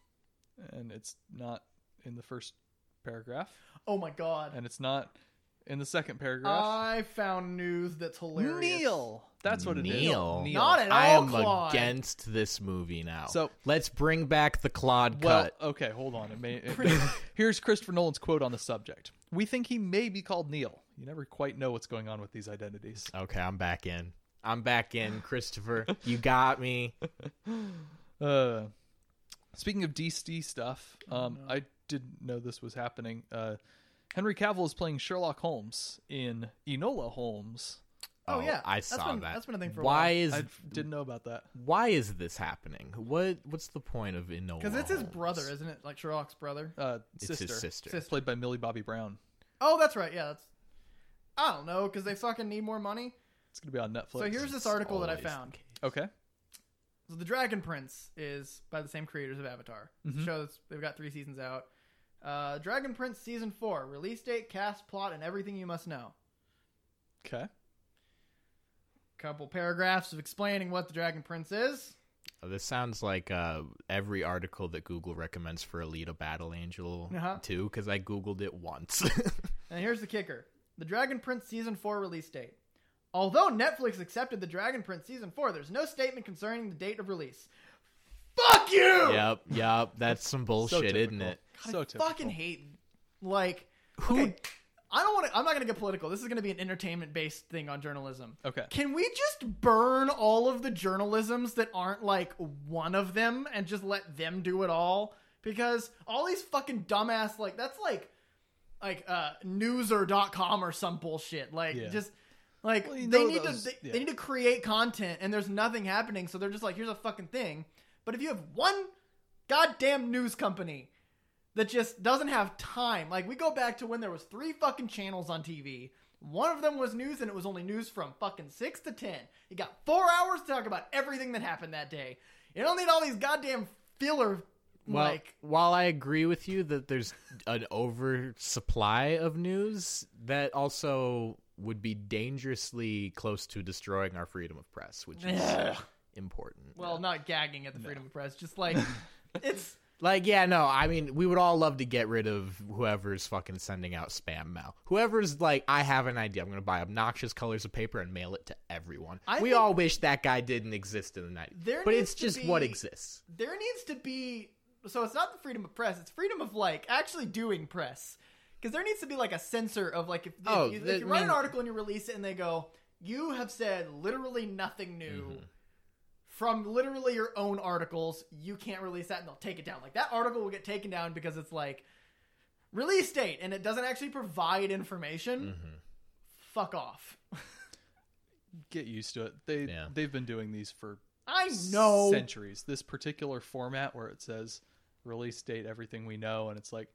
B: and it's not in the first paragraph,
A: Oh my god.
B: and it's not in the second paragraph.
A: I found news that's hilarious.
B: Neil, that's what it is.
C: Neil.
A: Not at all.
C: I am
A: Claude.
C: against this movie now.
B: So-
C: let's bring back the Claude
B: Well,
C: cut.
B: okay, hold on. It may, it- here's Christopher Nolan's quote on the subject. We think he may be called Neil. You never quite know what's going on with these identities.
C: Okay, I'm back in. I'm back in, Christopher. You got me.
B: Uh, speaking of DC stuff, um, I didn't know this was happening. Uh, Henry Cavill is playing Sherlock Holmes in Enola Holmes.
A: Oh, yeah.
C: I
A: That's
C: saw
A: been-
C: that.
A: that's been a thing for a
C: why
A: while.
C: is
B: I didn't know about that.
C: why is this happening? What what's the point of Enola?
A: Because it's his
C: Holmes?
A: brother, isn't it? Like Sherlock's brother.
B: Uh,
C: It's
B: sister.
C: his sister.
A: Sis-
B: Played by Millie Bobby Brown.
A: Oh, that's right. Yeah, that's. I don't know because they fucking need more money.
B: It's gonna be on Netflix.
A: So here's
C: It's
A: this article that I
C: always the
A: found.
C: case.
B: okay.
A: So the Dragon Prince is by the same creators of Avatar.
B: Mhm.
A: Shows they've got three seasons out. Uh, Dragon Prince season four release date, cast, plot, and everything you must know.
B: Okay.
A: Couple paragraphs of explaining what the Dragon Prince is.
C: Oh, This sounds like uh, every article that Google recommends for Alita Battle Angel
A: Uh-huh.
C: too, because I googled it once.
A: And here's the kicker The Dragon Prince Season 4 release date. Although Netflix accepted The Dragon Prince Season 4, there's no statement concerning the date of release. Fuck you!
C: yep, yep. That's some
B: So
C: bullshit, isn't
B: typical.
C: it?
A: God,
B: so
A: I
B: typical.
A: fucking hate. Like,
C: Who-
A: okay, I don't want to. I'm not going to get political. This is going to be an entertainment based thing on journalism.
B: Okay.
A: Can we just burn all of the journalisms that aren't like one of them and just let them do it all? Because all these fucking dumbass like that's like like uh newser.com or some bullshit. Like
B: Yeah.
A: just like
B: Well, you
A: they
B: know
A: need
B: those-
A: to they,
B: yeah.
A: they need to create content and there's nothing happening, so they're just like, here's a fucking thing. But if you have one goddamn news company that just doesn't have time. Like we go back to when there was three fucking channels on TV. One of them was news, and it was only news from fucking six to ten. You got four hours to talk about everything that happened that day. You don't need all these goddamn filler.
C: Well,
A: like
C: while I agree with you that there's an oversupply of news, that also would be dangerously close to destroying our freedom of press, which is important.
A: well, not gagging at the freedom of press, just like it's
C: like, yeah, no, I mean, we would all love to get rid of whoever's fucking sending out spam mail. Whoever's like, I have an idea, I'm going to buy obnoxious colors of paper and mail it to everyone.
A: I
C: we
A: think-
C: all wish that guy didn't exist in the 90s.
A: There
C: but
A: needs
C: it's
A: to
C: just what
A: be-
C: exists.
A: there needs to be so it's not the freedom of press it's freedom of like actually doing press because there needs to be like a censor of like if, if
C: Oh,
A: you, if
C: that
A: you write an
C: mean-
A: article and you release it and they go you have said literally nothing new
C: Mm-hmm.
A: from literally your own articles you can't release that and they'll take it down like that article will get taken down because it's like release date and it doesn't actually provide information
C: Mm-hmm.
A: fuck off
B: Get used to it. They
C: Yeah.
B: they've been doing these for
A: i know
B: centuries. This particular format where it says release date, everything we know, and it's like,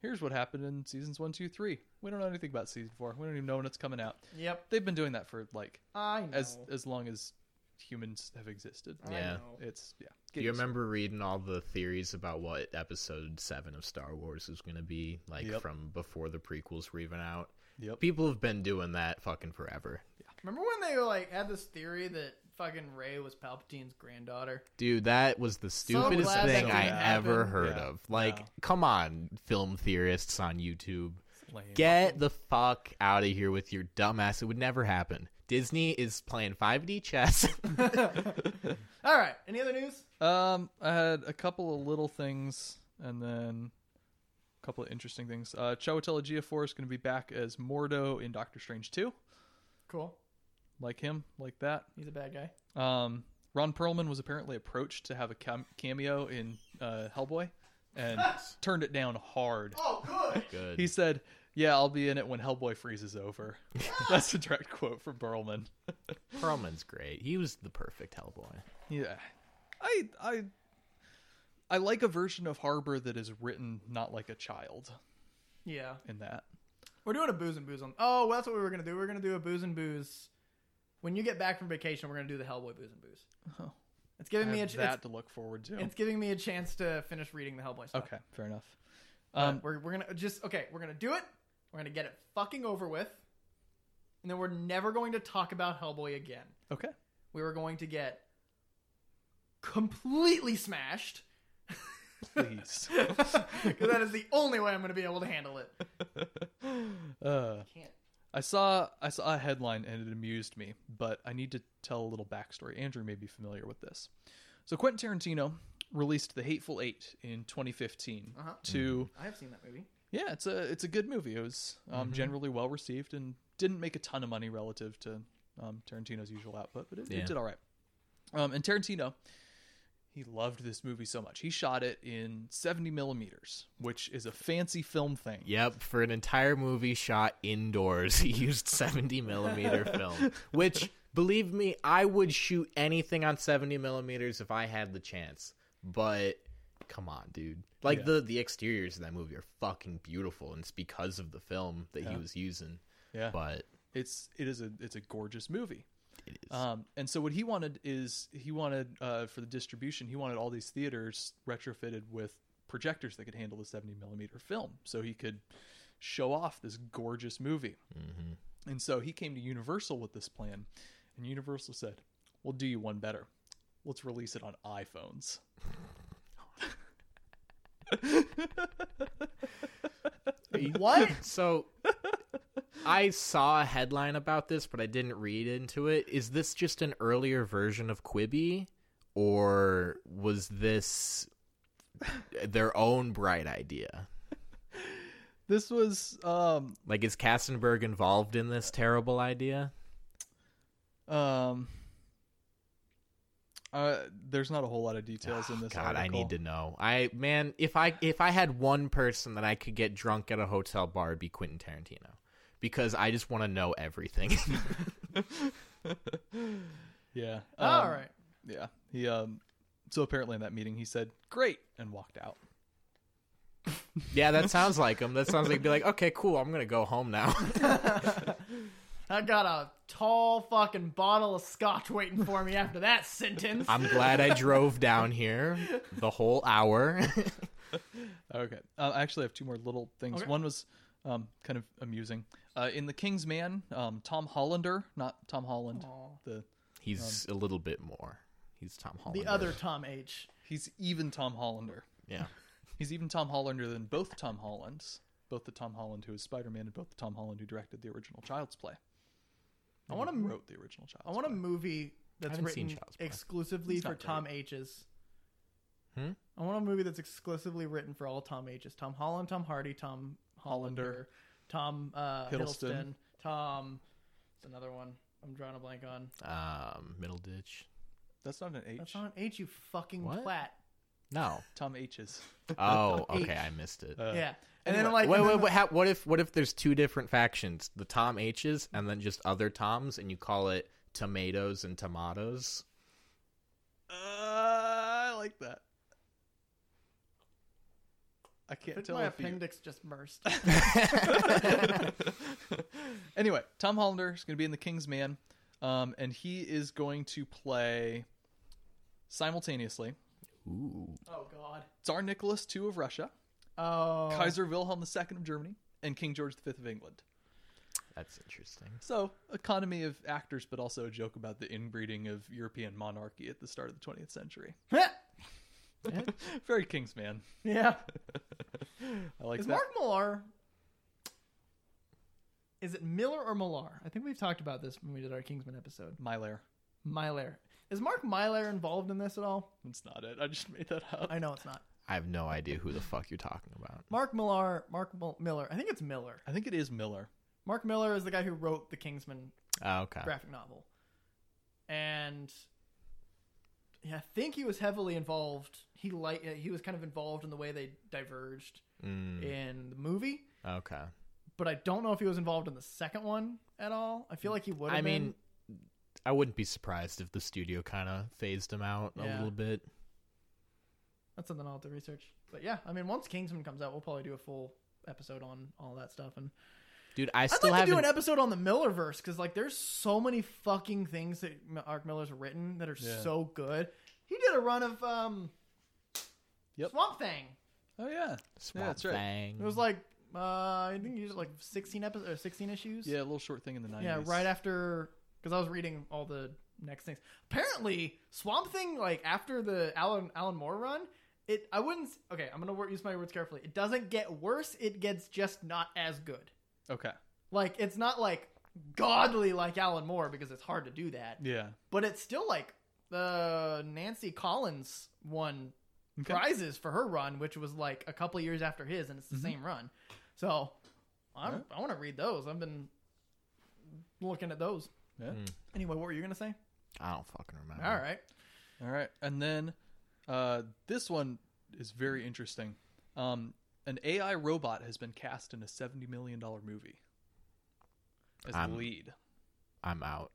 B: here's what happened in seasons one, two, three. We don't know anything about season four. We don't even know when it's coming out.
A: yep
B: They've been doing that for like
A: i know
B: as as long as humans have existed.
A: I
C: uh, Yeah.
A: know.
B: It's yeah. Get
C: Do you
B: used to it.
C: remember reading all the theories about what episode 7 of Star Wars is going to be like
B: Yep.
C: from before the prequels were even out?
B: Yep.
C: People have been doing that fucking forever.
A: Remember when they like had this theory that fucking Ray was Palpatine's granddaughter?
C: Dude, that was the stupidest
A: glad that
C: thing
B: didn't
C: I
A: happen.
C: ever heard
B: Yeah.
C: of. Like,
B: No.
C: come on, film theorists on YouTube.
B: Lame.
C: Get the fuck out of here with your dumbass. It would never happen. Disney is playing 5D chess.
A: All right. Any other news?
B: Um, I had a couple of little things, and then a couple of interesting things. Uh, Chowatella Giafor is going to be back as Mordo in Doctor Strange Two,
A: Cool.
B: like him, like that.
A: He's a bad guy.
B: Um, Ron Perlman was apparently approached to have a cam- cameo in uh, Hellboy, and turned it down hard.
A: Oh, good.
C: Good.
B: He said, "Yeah, I'll be in it when Hellboy freezes over." That's a direct quote from Perlman.
C: Perlman's great. He was the perfect Hellboy.
B: Yeah, I, I, I like a version of Harbor that is written not like a child.
A: yeah.
B: in that.
A: We're doing a booze and booze on. Oh, well, that's what we were gonna do. We are gonna do a booze and booze. When you get back from vacation, we're gonna do the Hellboy booze and booze.
B: Oh.
A: It's giving
B: I
A: me a
B: have
A: ch-
B: that
A: it's,
B: to look forward to.
A: it's giving me a chance to finish reading the Hellboy stuff.
B: Okay, fair enough.
A: Um,
B: Um,
A: we're we're gonna just okay. We're gonna do it. We're gonna get it fucking over with, and then we're never going to talk about Hellboy again.
B: okay.
A: We were going to get completely smashed.
B: Please.
A: 'Cause that is the only way I'm going to be able to handle it.
B: uh,
A: Can't.
B: I saw I saw a headline and it amused me, but I need to tell a little backstory. Andrew may be familiar with this. So Quentin Tarantino released The Hateful Eight in 2015
A: Uh-huh.
B: to
A: I have seen that movie.
B: yeah, it's a it's a good movie. It was um, generally well received and didn't make a ton of money relative to um, Tarantino's usual output, but it,
C: Yeah.
B: it did all right. Um, and Tarantino, he loved this movie so much. He shot it in 70 millimeters, which is a fancy film thing.
C: Yep, for an entire movie shot indoors, he used 70 millimeter film, which, believe me, I would shoot anything on 70 millimeters if I had the chance. But come on, dude. Like
B: Yeah.
C: the the exteriors of that movie are fucking beautiful, and it's because of the film that he
B: Yeah.
C: was using.
B: Yeah.
C: But
B: It's it is a it's a gorgeous movie.
C: it is
B: Um, and so what he wanted is he wanted uh, for the distribution he wanted all these theaters retrofitted with projectors that could handle the 70 millimeter film, so he could show off this gorgeous movie.
C: Mm-hmm.
B: And so he came to Universal with this plan, and Universal said, "We'll do you one better. Let's release it on iPhones."
A: What?
C: So I saw a headline about this, but I didn't read into it. Is this just an earlier version of Quibi, or was this their own bright idea?
B: This was um
C: Like, is Katzenberg involved in this terrible idea?
B: um. Uh, there's not a whole lot of details in
C: Oh,
B: this.
C: God, I
B: article.
C: need to know. I man, if I if I had one person that I could get drunk at a hotel bar, it'd be Quentin Tarantino, because I just want to know everything.
B: Yeah.
A: All
B: um,
A: right.
B: Yeah. He um so apparently in that meeting he said, "Great," and walked out.
C: yeah, that sounds like him. That sounds like be like, okay, cool. I'm gonna go home now.
A: I got a tall fucking bottle of scotch waiting for me after that sentence.
C: I'm glad I drove down here the whole hour.
B: Okay. Uh, I actually have two more little things.
A: Okay.
B: One was um kind of amusing. Uh in The King's Man, um Tom Hollander, not Tom Holland.
A: Aw.
B: The
C: He's a little bit more. He's Tom Holland.
A: Um, the other Tom H.
B: he's even Tom Hollander.
C: Yeah.
B: He's even Tom Hollander than both Tom Hollands, both the Tom Holland who is Spider-Man and both the Tom Holland who directed the original Child's Play.
A: I want
B: to
A: to.
B: wrote the original Child's
A: Mm-hmm. I want a
B: Play.
A: movie that's
C: haven't seen
A: written
C: Child's Play.
A: exclusively
B: It's
A: for
B: not great.
A: Tom H's.
C: Hmm?
A: I want a movie that's exclusively written for all Tom H's: Tom Holland, Tom Hardy, Tom Hollander, Tom uh, Hiddleston.
B: Hiddleston.
A: Tom. It's another one. I'm drawing a blank on.
C: Um, middle ditch.
B: That's not an H.
A: That's not an H, you fucking
C: What?
A: plat.
C: No.
B: Tom H's.
C: Oh,
A: H.
C: okay. I missed it.
B: Uh,
A: yeah, and then
B: anyway.
A: I'm like,
C: wait,
A: and
C: wait,
A: then
C: wait. How, what if what if there's two different factions? The Tom H's and then just other Toms, and you call it tomatoes and tomatoes.
B: Uh, I like that. I
A: I
B: can't
A: think
B: tell
A: my
B: if you...
A: appendix just burst.
B: anyway, Tom Hollander is going to be in The King's Man. Um, and he is going to play simultaneously
C: Ooh.
A: Oh God.
B: Tsar Nicholas II of Russia,
A: Oh.
B: Kaiser Wilhelm II of Germany, and King George V of England.
C: That's interesting.
B: So, economy of actors, but also a joke about the inbreeding of European monarchy at the start of the 20th century. Very Kingsman.
A: Oh. yeah.
B: I like
A: is
B: that.
A: Mark Millar? Is it Miller or Millar? I think we've talked about this when we did our Kingsman episode.
B: Mylar.
A: Mylar. Is Mark Mylar involved in this at all?
B: That's not it. I just made that up.
A: I know it's not.
C: I have no idea who the fuck you're talking about.
A: Mark Millar. Mark Mil- Miller. I think it's Miller.
B: I think it is Miller.
A: Mark Miller is the guy who wrote the Kingsman
C: Oh, okay.
A: graphic novel, and yeah, I think he was heavily involved. He like he was kind of involved in the way they diverged
C: Mm,
A: in the movie.
C: okay.
A: but I don't know if he was involved in the second one at all. I feel like he would. have
C: I mean,
A: been.
C: I wouldn't be surprised if the studio kind of phased him out a
A: Yeah.
C: little bit.
A: that's something I'll have to research. But yeah, I mean, once Kingsman comes out, we'll probably do a full episode on all that stuff. And
C: Dude, I
A: I'd
C: still
A: like to do
C: haven't.
A: an episode on the Millerverse because like there's so many fucking things that Mark Miller's written that are
B: Yeah.
A: so good. He did a run of um,
B: Yep. Mm-hmm.
A: Swamp Thing.
B: Oh, yeah.
C: Swamp
B: that's right.
C: Thing.
A: It was like uh, I think he did like 16 episodes or 16 issues.
B: Yeah, a little short thing in the 90s.
A: Yeah, right after because I was reading all the next things. Apparently, Swamp Thing like after the Alan Alan Moore run, it I wouldn't. s- Okay, I'm gonna wor- use my words carefully. It doesn't get worse. It gets just not as good.
B: Okay.
A: Like it's not like godly like Alan Moore because it's hard to do that.
B: Yeah.
A: But it's still like uh, Nancy Collins won
B: Okay.
A: prizes for her run, which was like a couple years after his, and it's the
B: Mhm.
A: same run. So I'm,
B: Alright.
A: I want to read those. I've been looking at those.
B: Yeah.
C: Mm.
A: Anyway, what were you gonna say?
C: I don't fucking remember.
A: All right,
B: All right. And then uh, this one is very interesting. Um, an AI robot has been cast in a $70 million movie as the
C: I'm-
B: lead.
C: I'm out.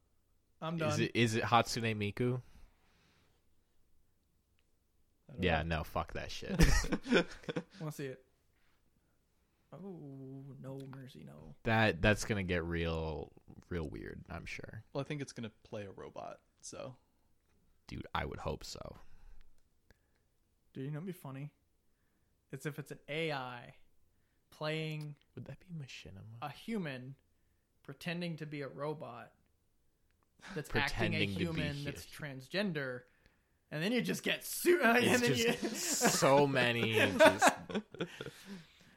A: I'm done.
C: Is it is it Hatsune Miku?
B: I don't
C: Yeah, no, fuck that shit.
B: know.
A: I want to see it. Oh no mercy, no.
C: that that's gonna get real real weird, I'm sure.
B: well, I think it's going to play a robot. So
C: Dude, I would hope so.
A: Dude, you know what'd be funny? It's if it's an AI playing
C: Would that be machinima?
A: a human pretending to be a robot that's acting a
C: Pretending to be
A: human that's
C: hu-
A: transgender, and then you just get sued.
C: It's
A: And then
C: just
A: you,
C: so many. Just,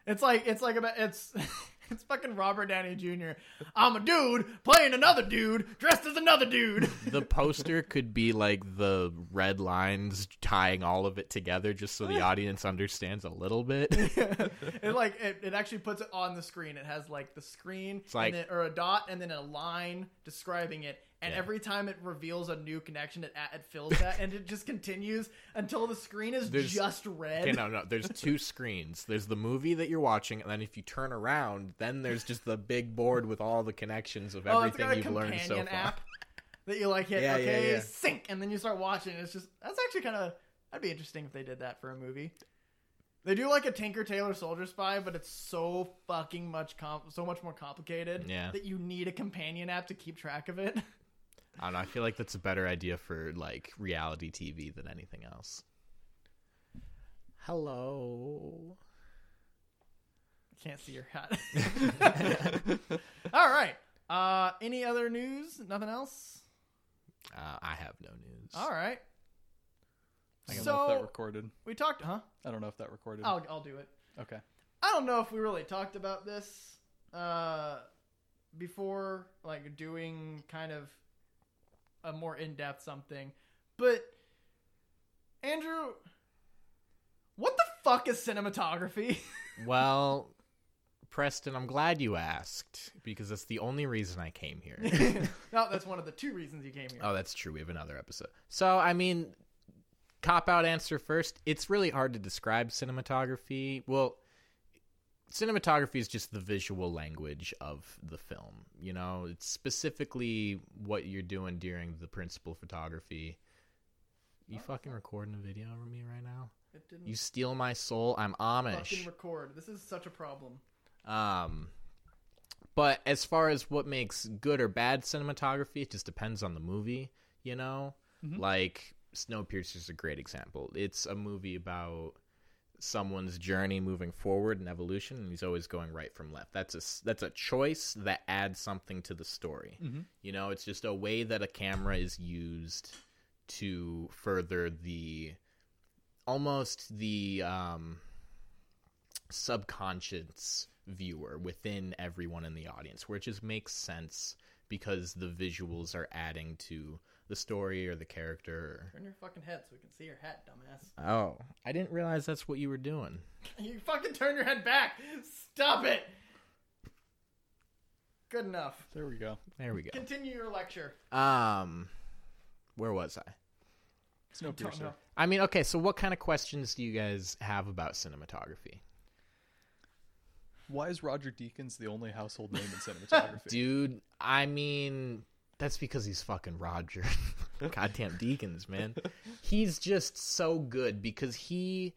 A: It's like it's like about it's it's fucking Robert Downey Jr. I'm a dude playing another dude dressed as another dude.
C: the poster could be like the red lines tying all of it together, just so the audience understands a little bit.
A: it like it, it actually puts it on the screen. It has like the screen
C: like-
A: and then, or a dot and then a line describing it. And
C: Yeah.
A: every time it reveals a new connection, it a- it fills that, and it just continues until the screen is
C: There's-
A: just red.
C: Okay, no, no. There's two screens. There's the movie that you're watching, and then if you turn around, then there's just the big board with all the connections of
A: oh, it's
C: everything
A: got a
C: you've learned so far.
A: companion app that you like hit
C: Yeah, yeah,
A: okay
C: yeah.
A: sync, and then you start watching. It's just that's actually kind of that'd be interesting if they did that for a movie. They do like a Tinker Tailor Soldier Spy, but it's so fucking much com- so much more complicated
C: Yeah.
A: that you need a companion app to keep track of it.
C: I don't know. I feel like that's a better idea for like reality TV than anything else. Hello.
A: I can't see your hat. All right. Uh, any other news? Nothing else.
C: Uh, I have no news.
A: All right.
B: I don't know if that
A: So Oh.
B: recorded.
A: we talked, huh?
B: I don't know if that recorded.
A: I'll I'll do it.
B: Okay.
A: I don't know if we really talked about this uh, before, like doing kind of a more in depth something, but Andrew, what the fuck is cinematography?
C: Well, Preston, I'm glad you asked because that's the only reason I came here.
A: no, that's one of the two reasons you came here.
C: oh, that's true. We have another episode. So, I mean, cop out answer first. It's really hard to describe cinematography. Well, cinematography is just the visual language of the film. You know, it's specifically what you're doing during the principal photography. You fucking recording a video of me right now?
A: it didn't
C: You steal my soul. I'm
A: fucking
C: Amish.
A: record. This is such a problem.
C: Um, But as far as what makes good or bad cinematography, it just depends on the movie, you know?
B: Mhm.
C: Like Snowpiercer is a great example. It's a movie about someone's journey moving forward and evolution and he's always going right from left. That's a s- that's a choice that adds something to the story.
B: Mhm.
C: You know, it's just a way that a camera is used to further the almost the um subconscious viewer within everyone in the audience where it just makes sense because the visuals are adding to the story or the character.
A: Turn your fucking head so we can see your hat, dumbass.
C: Oh, I didn't realize that's what you were doing.
A: You fucking turn your head back. Stop it. Good enough.
B: There we go.
C: There we go.
A: Continue your lecture.
C: Um where was I?
A: Don't
B: Snowpiercer.
A: know.
C: I mean, okay, so what kind of questions do you guys have about cinematography?
B: Why is Roger Deakins the only household name in cinematography?
C: Dude, I mean, that's because he's fucking Roger. Goddamn Deacons, man. He's just so good because he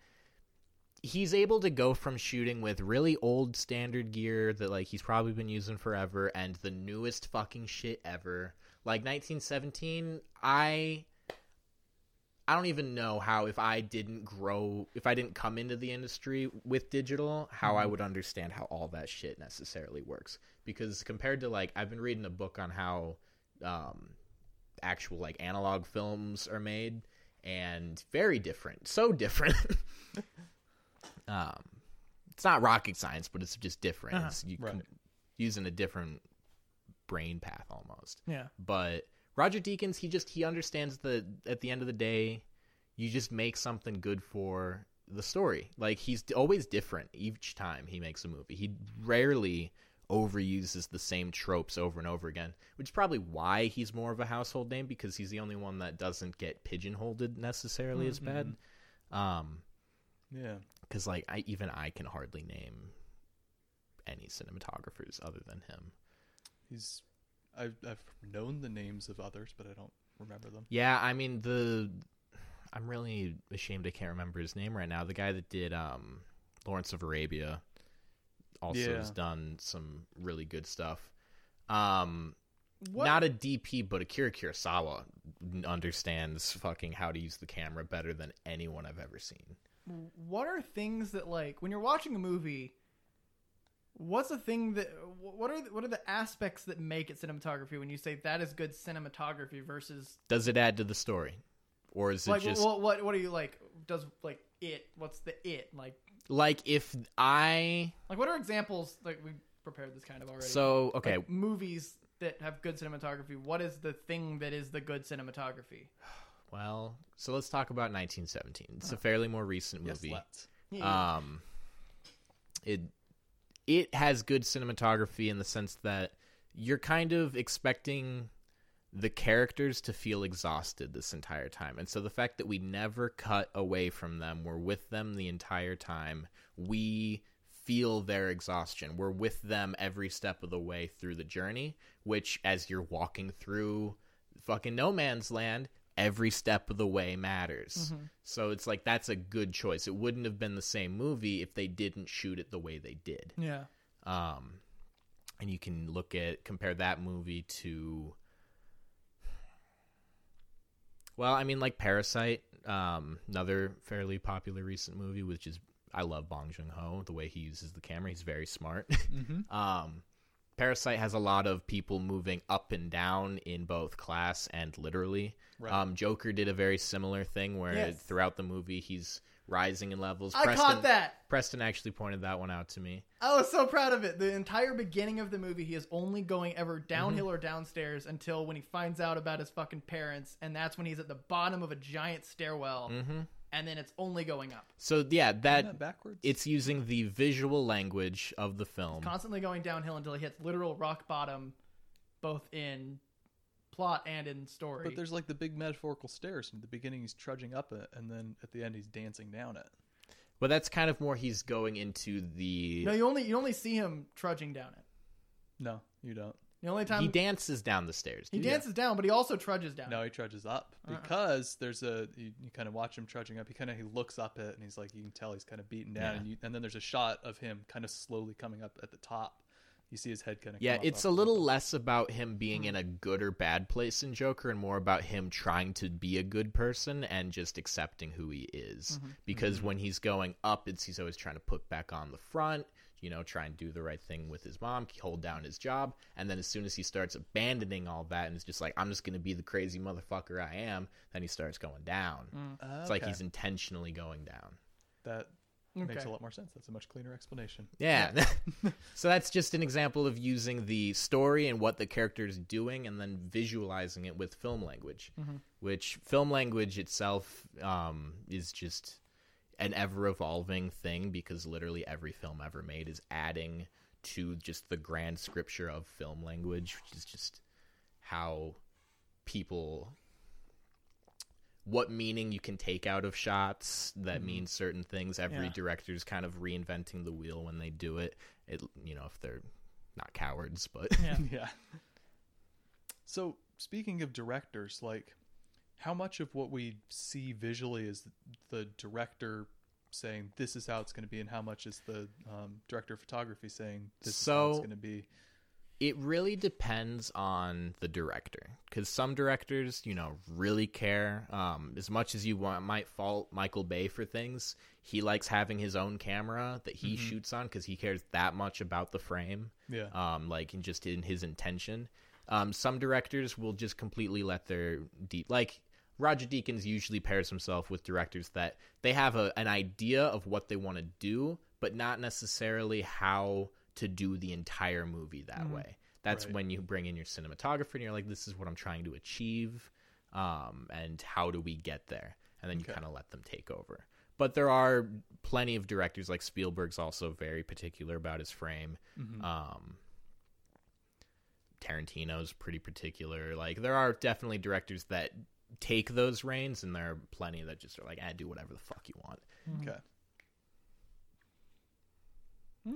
C: he's able to go from shooting with really old standard gear that like he's probably been using forever and the newest fucking shit ever. Like 1917, I I don't even know how if I didn't grow if I didn't come into the industry with digital, how I would understand how all that shit necessarily works because compared to like I've been reading a book on how um actual like analog films are made and very different so different um it's not rocket science but it's just different
A: Uh-huh.
C: It's- you
B: Right.
C: can, using a different brain path almost
A: Yeah.
C: but Roger Deakins, he just he understands that at the end of the day, you just make something good for the story. Like he's d- always different each time he makes a movie. He rarely overuses the same tropes over and over again, which is probably why he's more of a household name because he's the only one that doesn't get pigeonholed necessarily as bad. Um,
B: Yeah.
C: because like I even I can hardly name any cinematographers other than him.
B: He's I've I've known the names of others, but I don't remember them.
C: Yeah, I mean the I'm really ashamed I can't remember his name right now. The guy that did um Lawrence of Arabia also
B: Yeah.
C: has done some really good stuff. Um
A: What?
C: not a DP but Akira Kurosawa understands fucking how to use the camera better than anyone I've ever seen.
A: what are things that like when you're watching a movie what's a thing that wh- what are the, what are the aspects that make it cinematography when you say that is good cinematography versus
C: Does it add to the story? Or is it
A: like
C: just
A: what, what what are you like does like it what's the it like
C: like if I
A: like what are examples like we prepared this kind of already
C: so
A: Like,
C: okay,
A: movies that have good cinematography what is the thing that is the good cinematography
C: well, so let's talk about 1917. It's a fairly more recent movie.
B: let's.
C: Um, it it has good cinematography in the sense that you're kind of expecting the characters to feel exhausted this entire time, and so the fact that we never cut away from them, we're with them the entire time. We feel their exhaustion. We're with them every step of the way through the journey. Which, as you're walking through fucking no man's land, every step of the way matters. So it's like that's a good choice. It wouldn't have been the same movie if they didn't shoot it the way they did.
A: yeah
C: Um, and you can look at compare that movie to, well, I mean, like Parasite, um, another fairly popular recent movie, which is I love Bong Joon Ho the way he uses the camera. He's very smart.
B: Mm-hmm.
C: Um, Parasite has a lot of people moving up and down in both class and literally.
B: Right.
C: Um, Joker did a very similar thing where
A: Yes.
C: throughout the movie he's rising in levels.
A: i caught that
C: Preston actually pointed that one out to me.
A: I was so proud of it. The entire beginning of the movie, he is only going ever downhill
B: Mm-hmm.
A: or downstairs until when he finds out about his fucking parents, and that's when he's at the bottom of a giant stairwell,
B: Mm-hmm.
C: hmm
A: and then it's only going up,
C: So yeah,
B: Isn't
C: that
B: that backwards.
C: it's using the visual language of the film.
B: Mm.
A: constantly going downhill until he hits literal rock bottom, both in plot and in story.
B: but there's like the big metaphorical stairs. and At the beginning, he's trudging up it, and then at the end, he's dancing down it.
C: But that's kind of more he's going into the
A: no, you only you only see him trudging down it.
B: No, you don't.
A: The only time
C: he
A: he,
C: dances down the stairs. dude.
A: dances down, but he also trudges down.
B: No, he trudges up
A: Uh-uh.
B: because there's a you, you kind of watch him trudging up. He kind of he looks up it and he's like you can tell he's kind of beaten down
C: Yeah.
B: and, you, and then there's a shot of him kind of slowly coming up at the top you see his head kind of
C: Yeah, it's a little less about him being in a good or bad place in Joker and more about him trying to be a good person and just accepting who he is. Because when he's going up, it's he's always trying to put back on the front, you know, try and do the right thing with his mom, hold down his job, and then as soon as he starts abandoning all that and is just like I'm just going to be the crazy motherfucker I am, then he starts going down. It's
B: Mm.
C: like he's intentionally going down.
B: that makes
A: Okay.
B: a lot more sense that's a much cleaner explanation
C: Yeah. so that's just an example of using the story and what the character is doing and then visualizing it with film language, which film language itself um, is just an ever evolving thing because literally every film ever made is adding to just the grand scripture of film language, which is just how people what meaning you can take out of shots that means certain things. Every
A: Yeah.
C: director's kind of reinventing the wheel when they do it. It you know if they're not cowards, but
A: Yeah.
B: yeah. So speaking of directors, like how much of what we see visually is the director saying this is how it's going to be, and how much is the um, director of photography saying this is how it's
C: So-
B: going to be?
C: it really depends on the director because some directors you know really care um, as much as you want, might fault michael bay for things he likes having his own camera that he shoots on because he cares that much about the frame
B: Yeah.
C: um, like in just in his intention um, some directors will just completely let their deep like roger deakins usually pairs himself with directors that they have a, an idea of what they want to do but not necessarily how to do the entire movie that way that's
B: Right.
C: when you bring in your cinematographer and you're like this is what i'm trying to achieve um, and how do we get there and then you
B: Okay.
C: kind of let them take over but there are plenty of directors like spielberg's also very particular about his frame
B: Mm-hmm.
C: um, Tarantino's pretty particular. Like there are definitely directors that take those reins, and there are plenty that just are like, "I do whatever the fuck you want."
B: Okay.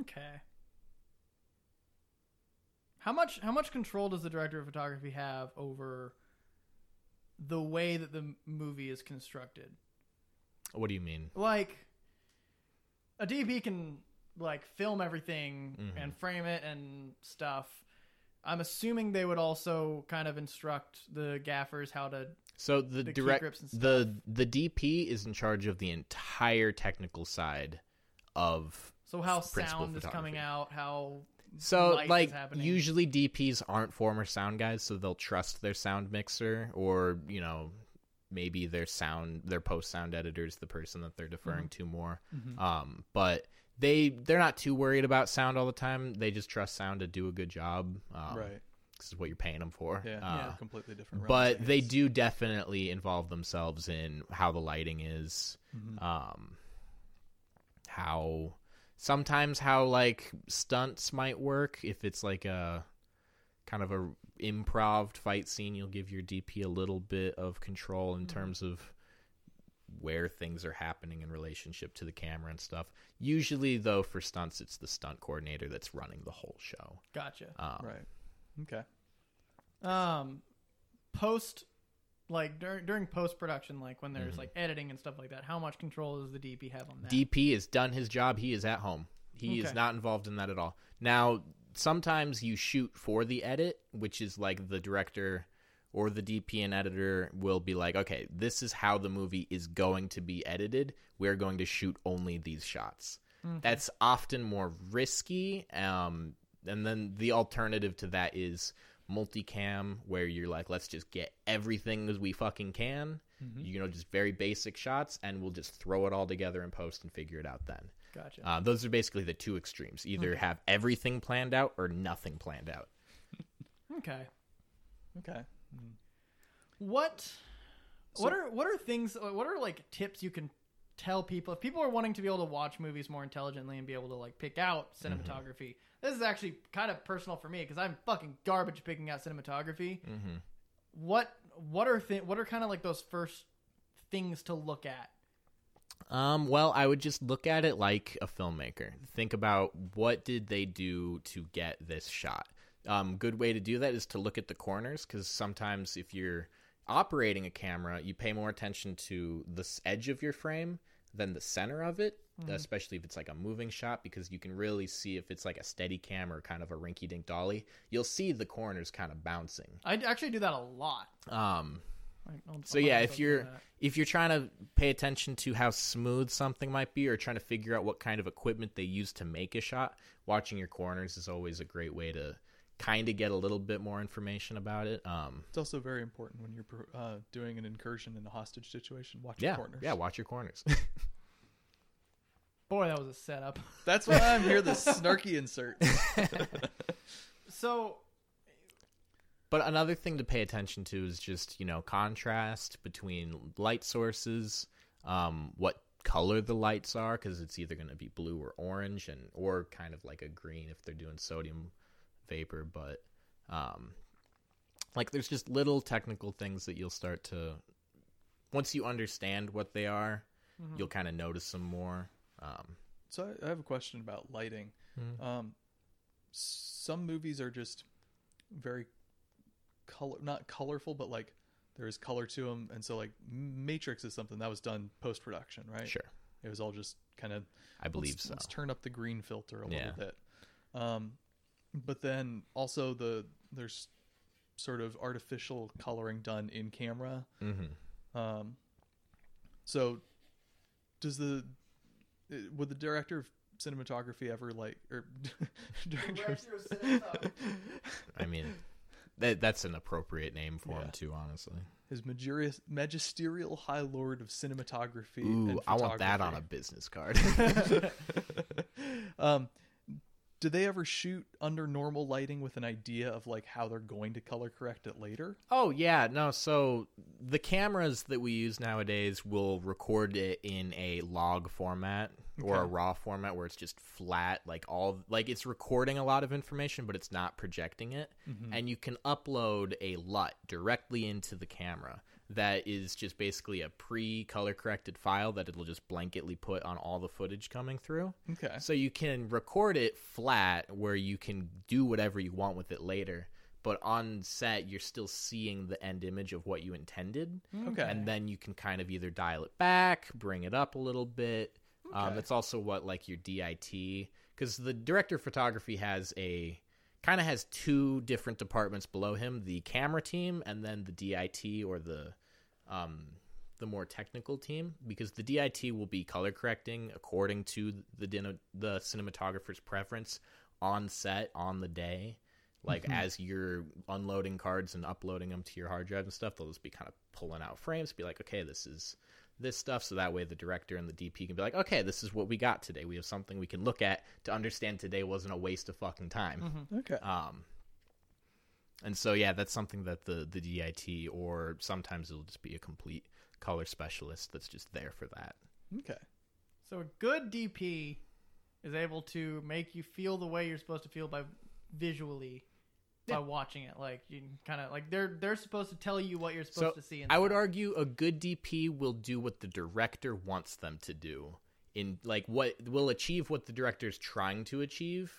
A: Okay. How much how much control does the director of photography have over the way that the m- movie is constructed?
C: What do you mean?
A: Like a DP can like film everything
C: Mhm.
A: and frame it and stuff. I'm assuming they would also kind of instruct the gaffers how to
C: So the,
A: The key grips
C: direct
A: and
C: the the DP is in charge of the entire technical side of
A: so how
C: Principal
A: sound is coming
C: photography.
A: out, how
C: So
A: light is
C: like
A: happening.
C: usually DPs aren't former sound guys, so they'll trust their sound mixer or you know maybe their sound their post sound editor is the person that they're deferring to more. Um, but they they're not too worried about sound all the time. They just trust sound to do a good job. Um,
B: right.
C: This is what you're paying them for.
B: Yeah.
C: Uh,
B: yeah. Completely different. realms, I
C: But they
B: guess.
C: do definitely involve themselves in how the lighting is, um, how sometimes how like stunts might work. If it's like a kind of a improv fight scene, you'll give your DP a little bit of control in terms of where things are happening in relationship to the camera and stuff. Usually, though, for stunts, it's the stunt coordinator that's running the whole show.
A: gotcha.
C: Um,
B: Right. Okay.
A: um post like during during post production like when there's like editing and stuff like that how much control does the dp have on that
C: DP has done his job. He is at home. He is
A: Okay.
C: not involved in that at all. Now, sometimes you shoot for the edit, which is like the director or the DP and editor will be like, okay, this is how the movie is going to be edited. We're going to shoot only these shots. That's often more risky. Um, and then the alternative to that is multicam, where you're like, let's just get everything as we fucking can you know just very basic shots and we'll just throw it all together in post and figure it out then
A: gotcha
C: uh, those are basically the two extremes either have everything planned out or nothing planned out
A: okay
B: Okay.
A: what what
B: So-
A: are what are things uh, what are like tips you can tell people if people are wanting to be able to watch movies more intelligently and be able to like pick out cinematography this is actually kind of personal for me because i'm fucking garbage at picking out cinematography what what are thi- what are kind of like those first things to look at
C: um, well i would just look at it like a filmmaker think about what did they do to get this shot um, good way to do that is to look at the corners because sometimes if you're operating a camera you pay more attention to the s- edge of your frame than the center of it, especially if it's like a moving shot, because you can really see if it's like a steady cam or kind of a rinky dink dolly, you'll see the corners kind of bouncing.
A: I actually do that a lot.
C: Um,
A: Like, I'll-
C: so
A: I'll
C: yeah,
A: have
C: if
A: to do
C: you're
A: that.
C: if you're trying to pay attention to how smooth something might be, or trying to figure out what kind of equipment they use to make a shot, watching your corners is always a great way to kind of get a little bit more information about it. Um,
B: It's also very important when you're pro- uh, doing an incursion in a hostage situation. Watch
C: yeah,
B: your corners.
C: yeah, watch your corners.
A: boy, that was a setup.
B: That's why I'm here. The snarky insert.
A: So
C: But another thing to pay attention to is just you know contrast between light sources, um, what color the lights are because it's either going to be blue or orange and or kind of like a green if they're doing sodium vapor. But um, like there's just little technical things that you'll start to once you understand what they are,
B: Mm-hmm.
C: you'll kind of notice them more. Um,
B: So I, I have a question about lighting.
C: Mhm.
B: Um, some movies are just very color, not colorful, but like there is color to them. And so like Matrix is something that was done post production, right?
C: Sure,
B: It was all just kind of
C: I believe
B: let's,
C: so.
B: Let's turn up the green filter a
C: Yeah.
B: little bit. Um, but then also the there's sort of artificial coloring done in camera.
C: hmm
B: Um, so does the uh, would the director of cinematography ever like or director of,
C: I mean, that that's an appropriate name for
B: Yeah.
C: him too, honestly.
B: his magisterial, magisterial high lord of cinematography?
C: Ooh,
B: and
C: I want that on a
B: photography.
C: business card.
B: um, do they ever shoot under normal lighting with an idea of like how they're going to color correct it later?
C: oh yeah, no. So the cameras that we use nowadays will record it in a log format or a
B: Okay.
C: raw format where it's just flat, like all like it's recording a lot of information, but it's not projecting it. And you can upload a LUT directly into the camera. That is just basically a pre color corrected file that it'll just blanketly put on all the footage coming through.
B: Okay.
C: So you can record it flat where you can do whatever you want with it later. But on set, you're still seeing the end image of what you intended.
B: Okay.
C: And then you can kind of either dial it back, bring it up a little bit. Um,
B: Okay.
C: that's also what, like, your DIT, because the director of photography has a kind of has two different departments below him the camera team and then the DIT or the um, the more technical team because the DIT will be color correcting according to the din- the cinematographer's preference on set on the day. Like as you're unloading cards and uploading them to your hard drive and stuff, they'll just be kind of pulling out frames, be like, okay, this is this stuff. So that way the director and the DP can be like, okay, this is what we got today. We have something we can look at to understand today wasn't a waste of fucking time.
B: okay.
C: Um, and so yeah, that's something that the the DIT or sometimes it'll just be a complete color specialist that's just there for that.
B: Okay.
A: So a good DP is able to make you feel the way you're supposed to feel by visually by watching it. Like you kind of like they're they're supposed to tell you what you're supposed to see. And
C: I would
A: stuff.
C: argue a good DP will do what the director wants them to do in like what will achieve what the director is trying to achieve.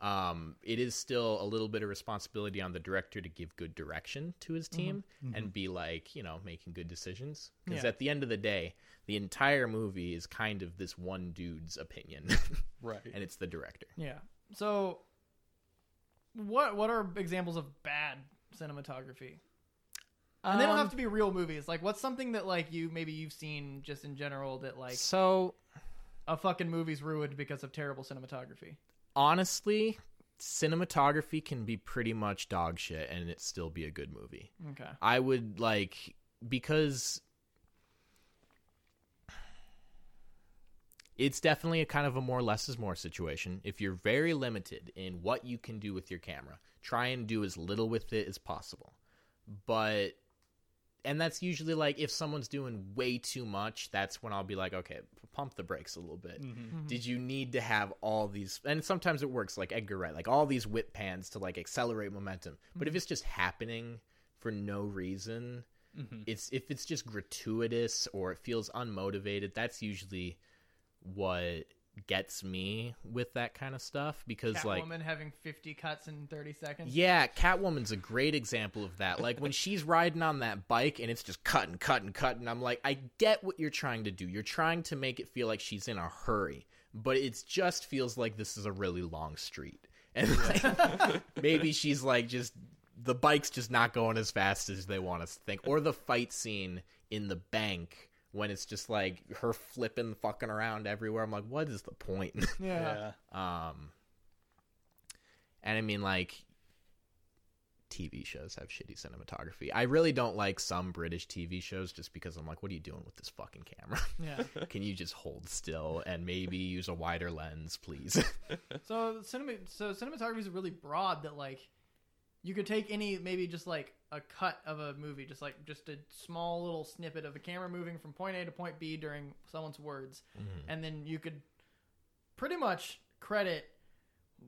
C: Um, it is still a little bit of responsibility on the director to give good direction to
A: Mm-hmm.
C: his team and be like, you know, making good decisions. Because
A: Yeah.
C: at the end of the day, the entire movie is kind of this one dude's opinion,
B: Right.
C: and it's the director.
A: Yeah. So what what are examples of bad cinematography? And they don't have to be real movies. Like what's something that like you maybe you've seen just in general that like
C: so
A: a fucking movie's ruined because of terrible cinematography.
C: honestly, cinematography can be pretty much dog shit, and it still be a good movie.
A: Okay.
C: I would like because it's definitely a kind of a more less is more situation. If you're very limited in what you can do with your camera, try and do as little with it as possible. But and that's usually like if someone's doing way too much, that's when I'll be like, okay, p- pump the brakes a little bit.
B: Mm. Mm-hmm.
C: Did you need to have all these? And sometimes it works, like Edgar Wright, like all these whip pans to like accelerate momentum. But if it's just happening for no reason,
B: Mm-hmm.
C: it's if it's just gratuitous or it feels unmotivated, that's usually what gets me with that kind of stuff because like
A: Catwoman having 50 cuts in 30 seconds.
C: yeah, Catwoman's a great example of that. Like when she's riding on that bike and it's just cutting, cutting, cutting. I'm like, I get what you're trying to do. You're trying to make it feel like she's in a hurry, but it just feels like this is a really long street. And like, maybe she's like just the bike's just not going as fast as they want us to think. Or the fight scene in the bank when it's just like her flipping, fucking around everywhere. I'm like, what is the point?
A: Yeah.
C: Um, and I mean, like, TV shows have shitty cinematography. I really don't like some British TV shows just because I'm like, what are you doing with this fucking camera?
A: Yeah.
C: Can you just hold still and maybe use a wider lens, please?
A: So cinema, so cinematography is really broad. That like, you could take any maybe just like a cut of a movie, just like just a small little snippet of the camera moving from point A to point B during someone's words, and then you could pretty much credit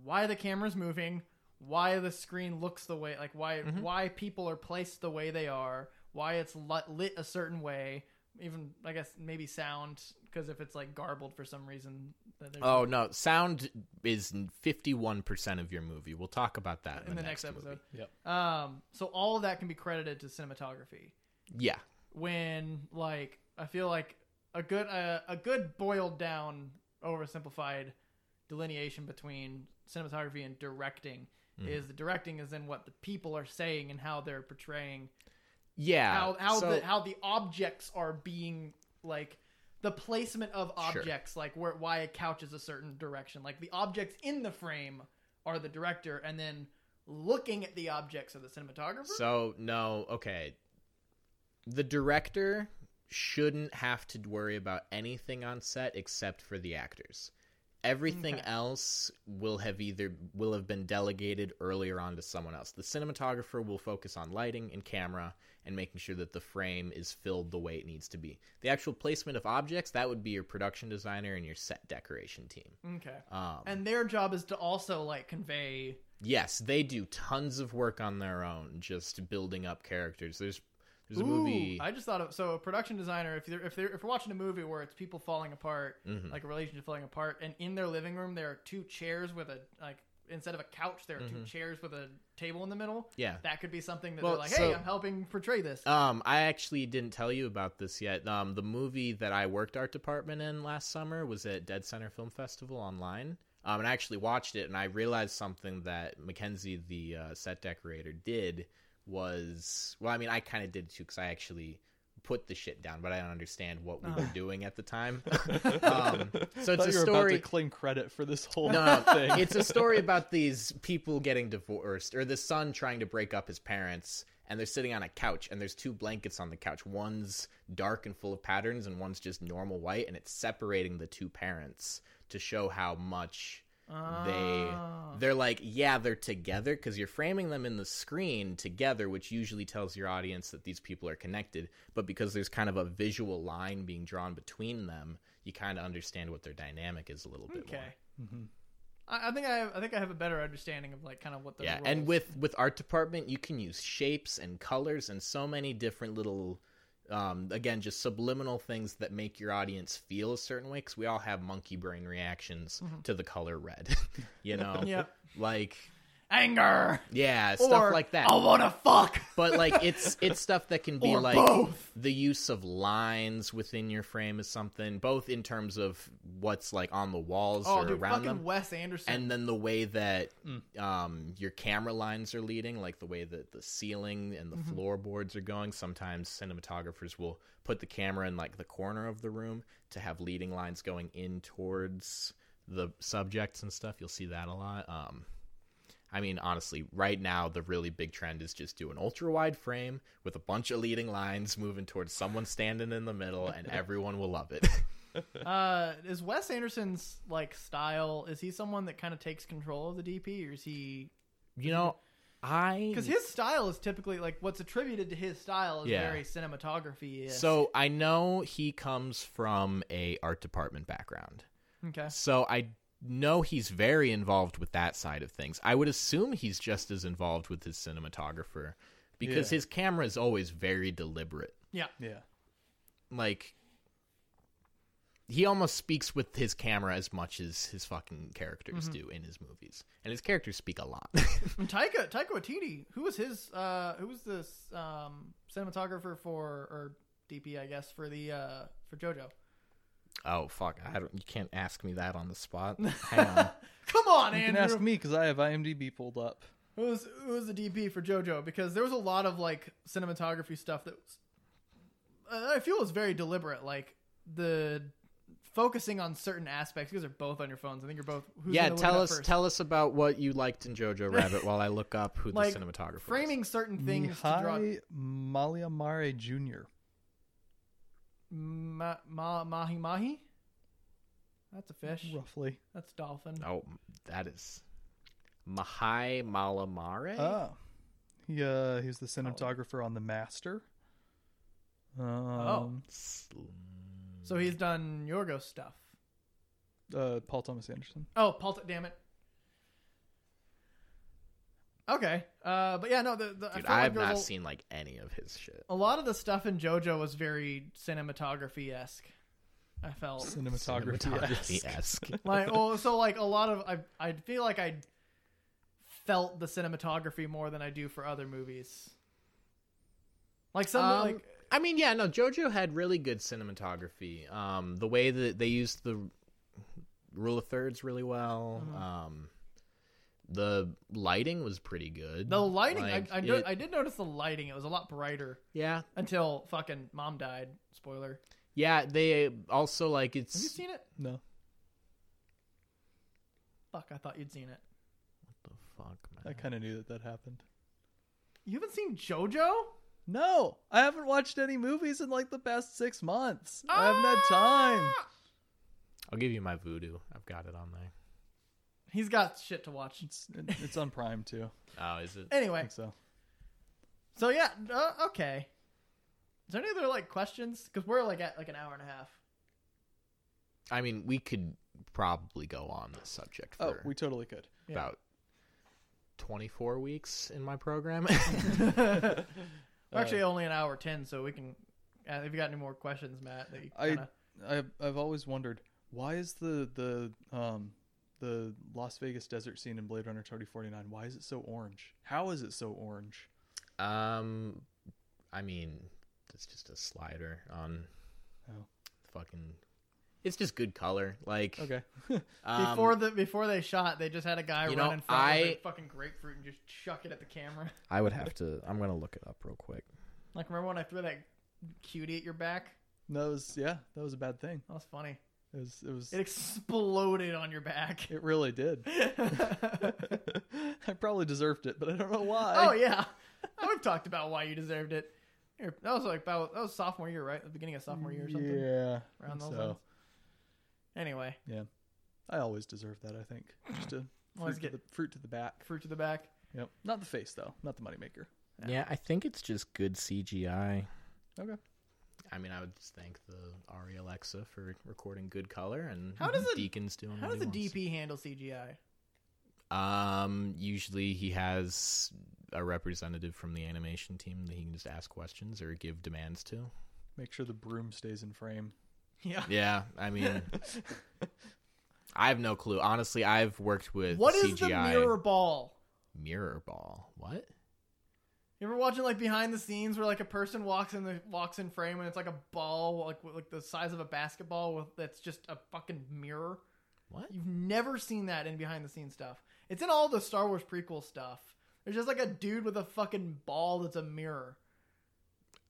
A: why the camera's moving, why the screen looks the way, like why why people are placed the way they are, why it's lit, lit a certain way. Even I guess maybe sound because if it's like garbled for some reason, that there's
C: oh, no. Sound is 51% of your movie. We'll talk about that in,
A: in the next, episode.
C: movie.
B: Yep.
A: Um, so all of that can be credited to cinematography.
C: Yeah.
A: When like I feel like a good uh, a good boiled down oversimplified delineation between cinematography and directing is the directing is in what the people are saying and how they're portraying
C: Yeah.
A: how how
C: so-
A: the how the objects are being like the placement of
C: Sure.
A: objects like where why a couch is a certain direction like the objects in the frame are the director and then looking at the objects are the cinematographer
C: So no, okay. The director shouldn't have to worry about anything on set except for the actors. Everything
A: Okay.
C: else will have either will have been delegated earlier on to someone else. The cinematographer will focus on lighting and camera and making sure that the frame is filled the way it needs to be. The actual placement of objects that would be your production designer and your set decoration team.
A: okay
C: Um,
A: and their job is to also like convey
C: Yes, they do tons of work on their own, just building up characters. There's there's a movie.
A: Ooh, I just thought of so a production designer. If they're if they're if we're watching a movie where it's people falling apart,
C: Mhm.
A: like a relationship falling apart, and in their living room there are two chairs with a like instead of a couch there are
C: Mm-hmm.
A: two chairs with a table in the middle.
C: Yeah.
A: that could be something that
C: Well,
A: they're like,
C: so-
A: hey, I'm helping portray this.
C: Um, I actually didn't tell you about this yet. Um, the movie that I worked art department in last summer was at Dead Center Film Festival online. Um, and I actually watched it, and I realized something that Mackenzie, the uh, set decorator, did was well. I mean, I kind of did too because I actually put the shit down, but I don't understand what we were doing at the time. um, so
B: I
C: it's
B: Ah. thought
C: a
B: you were about
C: story.
B: to claim credit for this whole
C: No,
B: thing.
C: it's a story about these people getting divorced, or the son trying to break up his parents, and they're sitting on a couch, and there's two blankets on the couch. One's dark and full of patterns, and one's just normal white, and it's separating the two parents to show how much they
A: Ah.
C: they're like yeah they're together because you're framing them in the screen together which usually tells your audience that these people are connected but because there's kind of a visual line being drawn between them you kind of understand what their dynamic is a little bit
A: okay.
C: more
B: Mm-hmm.
A: I, I think I have, I think I have a better understanding of like kind of what the
C: yeah and with with art department you can use shapes and colors and so many different little um, again just subliminal things that make your audience feel a certain way because we all have monkey brain reactions
A: Mm-hmm.
C: to the color red you know
A: Yep.
C: like
A: anger
C: yeah
A: or,
C: stuff like that
A: I wanna fuck.
C: but like it's it's stuff that can be
A: Or
C: like
A: both.
C: the use of lines within your frame is something both in terms of what's like on the walls
A: Oh,
C: or
A: dude,
C: around
A: fucking
C: them
A: Wes Anderson.
C: and then the way that um, your camera lines are leading, like the way that the ceiling and the floorboards are going. Sometimes cinematographers will put the camera in like the corner of the room to have leading lines going in towards the subjects and stuff. You'll see that a lot. Um, I mean, honestly, right now the really big trend is just do an ultra wide frame with a bunch of leading lines moving towards someone standing in the middle, and everyone will love it.
A: Uh, is Wes Anderson's like style? Is he someone that kind of takes control of the DP, or is he?
C: you know, I
A: Because his style is typically like what's attributed to his style is
C: Yeah.
A: very cinematography.
C: So I know he comes from a art department background.
A: okay,
C: So I know he's very involved with that side of things. I would assume he's just as involved with his cinematographer because
B: Yeah.
C: his camera is always very deliberate.
A: yeah,
B: Yeah.
C: Like he almost speaks with his camera as much as his fucking characters do in his movies, and his characters speak a lot.
A: And Taika Taika Waititi, who was his uh, who was this um, cinematographer for or DP I guess for the uh, for JoJo.
C: oh fuck! I don't, you can't ask me that on the spot. Hang on.
A: Come on,
B: You
A: Andrew.
B: can ask me because I have IMDb pulled up.
A: Who was who was the DP for JoJo? Because there was a lot of like cinematography stuff that was, uh, I feel was very deliberate, like the focusing on certain aspects. You guys are both on your phones. I think you're both. Who's
C: yeah,
A: gonna look it
C: tell
A: up
C: us
A: first?
C: tell us about what you liked in Jojo Rabbit while I look up who
A: Like,
C: the cinematographer is.
A: framing certain things to draw.
B: Mihai Maliamare Jr.
A: Ma, ma, mahi mahi. That's a fish.
B: Roughly.
A: That's a dolphin.
C: Oh, that is Mahai Malamare.
A: Uh,
B: Oh. He uh he's the cinematographer on The Master.
A: Oh.
B: Um
C: Sl-
A: So he's done Yorgos stuff.
B: uh Paul Thomas Anderson.
A: Oh, Paul! Damn it. Okay, uh, but yeah, no. The, the, I
C: Dude,
A: felt like
C: I have
A: there was
C: not
A: a-
C: seen like any of his shit.
A: a lot of the stuff in JoJo was very cinematography esque. I felt
B: Cinematography.
C: esque.
A: like well, so like a lot of I I feel like I felt the cinematography more than I do for other movies. Like some
C: Um,
A: like
C: I mean, yeah, no, JoJo had really good cinematography. Um, the way that they used the rule of thirds really well.
A: Mm-hmm.
C: Um, the lighting was pretty good.
A: the lighting.
C: Like,
A: I I, no-
C: it-
A: I did notice the lighting. It was a lot brighter
C: yeah,
A: until fucking mom died. Spoiler.
C: yeah. They also like
A: Have you
C: it's
A: seen it?
B: No.
A: Fuck, I thought you'd seen it.
C: the fuck,
B: I
C: man.
B: kind of knew that that happened.
A: You haven't seen JoJo?
B: No, I haven't watched any movies in like the past 6 months. I haven't had time.
A: Ah!
C: I'll give you my voodoo. I've got it on there.
A: He's got shit to watch.
B: It's it- it's on Prime too.
C: Oh, is it?
B: I
A: Anyway,
B: think so.
A: So yeah, uh, okay. Is there any other like questions? Because we're like at like an hour and a half.
C: I mean, we could probably go on this subject for
B: Oh, we totally could.
A: Yeah.
C: about twenty four weeks in my program.
A: We're actually
C: Uh,
A: only an hour ten, so we can. Uh, if you got any more questions, Matt, that you
B: I-
A: kinda,
B: I've I've always wondered why is the the um the Las Vegas desert scene in Blade Runner 2049 why is it so orange? How is it so orange?
C: Um, I mean, it's just a slider on
B: Oh.
C: fucking. It's just good color. Like
B: Okay.
C: um,
A: before the before they shot, they just had a guy
C: you
A: run
C: know,
A: in front of a
C: I-
A: big fucking grapefruit and just chuck it at the camera.
C: I would have to. I'm gonna look it up real quick.
A: Like remember when I threw that cutie at your back?
B: that was yeah, that was a bad thing.
A: That was funny.
B: It was it was
A: It exploded on your back.
B: it really did. I probably deserved it, but I don't know why.
A: Oh yeah, we've talked about why you deserved it. Here, That was like about that was sophomore year, right? The beginning of sophomore year or something.
B: Yeah.
A: around those
B: so,
A: lines. Anyway,
B: I always deserve that, I think. Just a
A: Always
B: fruit,
A: get-
B: to the, fruit to the back.
A: fruit to the back.
B: Yep. Not the face though, not the moneymaker.
C: Yeah, I think it's just good CGI.
B: Okay.
C: I mean, I would just thank the Ari Alexa for recording good color and
A: How does a-
C: Deacon's doing.
A: How
C: what
A: does the
C: he
A: DP handle CGI?
C: wants. Um, usually he has a representative from the animation team that he can just ask questions or give demands to.
B: Make sure the broom stays in frame.
A: Yeah.
C: Yeah, I mean, I have no clue. Honestly, I've worked with
A: What is
C: CGI
A: the mirror ball?
C: mirror ball. What?
A: You ever watching like behind the scenes where like a person walks in the walks in frame and it's like a ball like with- like the size of a basketball with that's just a fucking mirror.
C: What?
A: You've never seen that in behind the scenes stuff. It's in all the Star Wars prequel stuff. There's just like a dude with a fucking ball that's a mirror.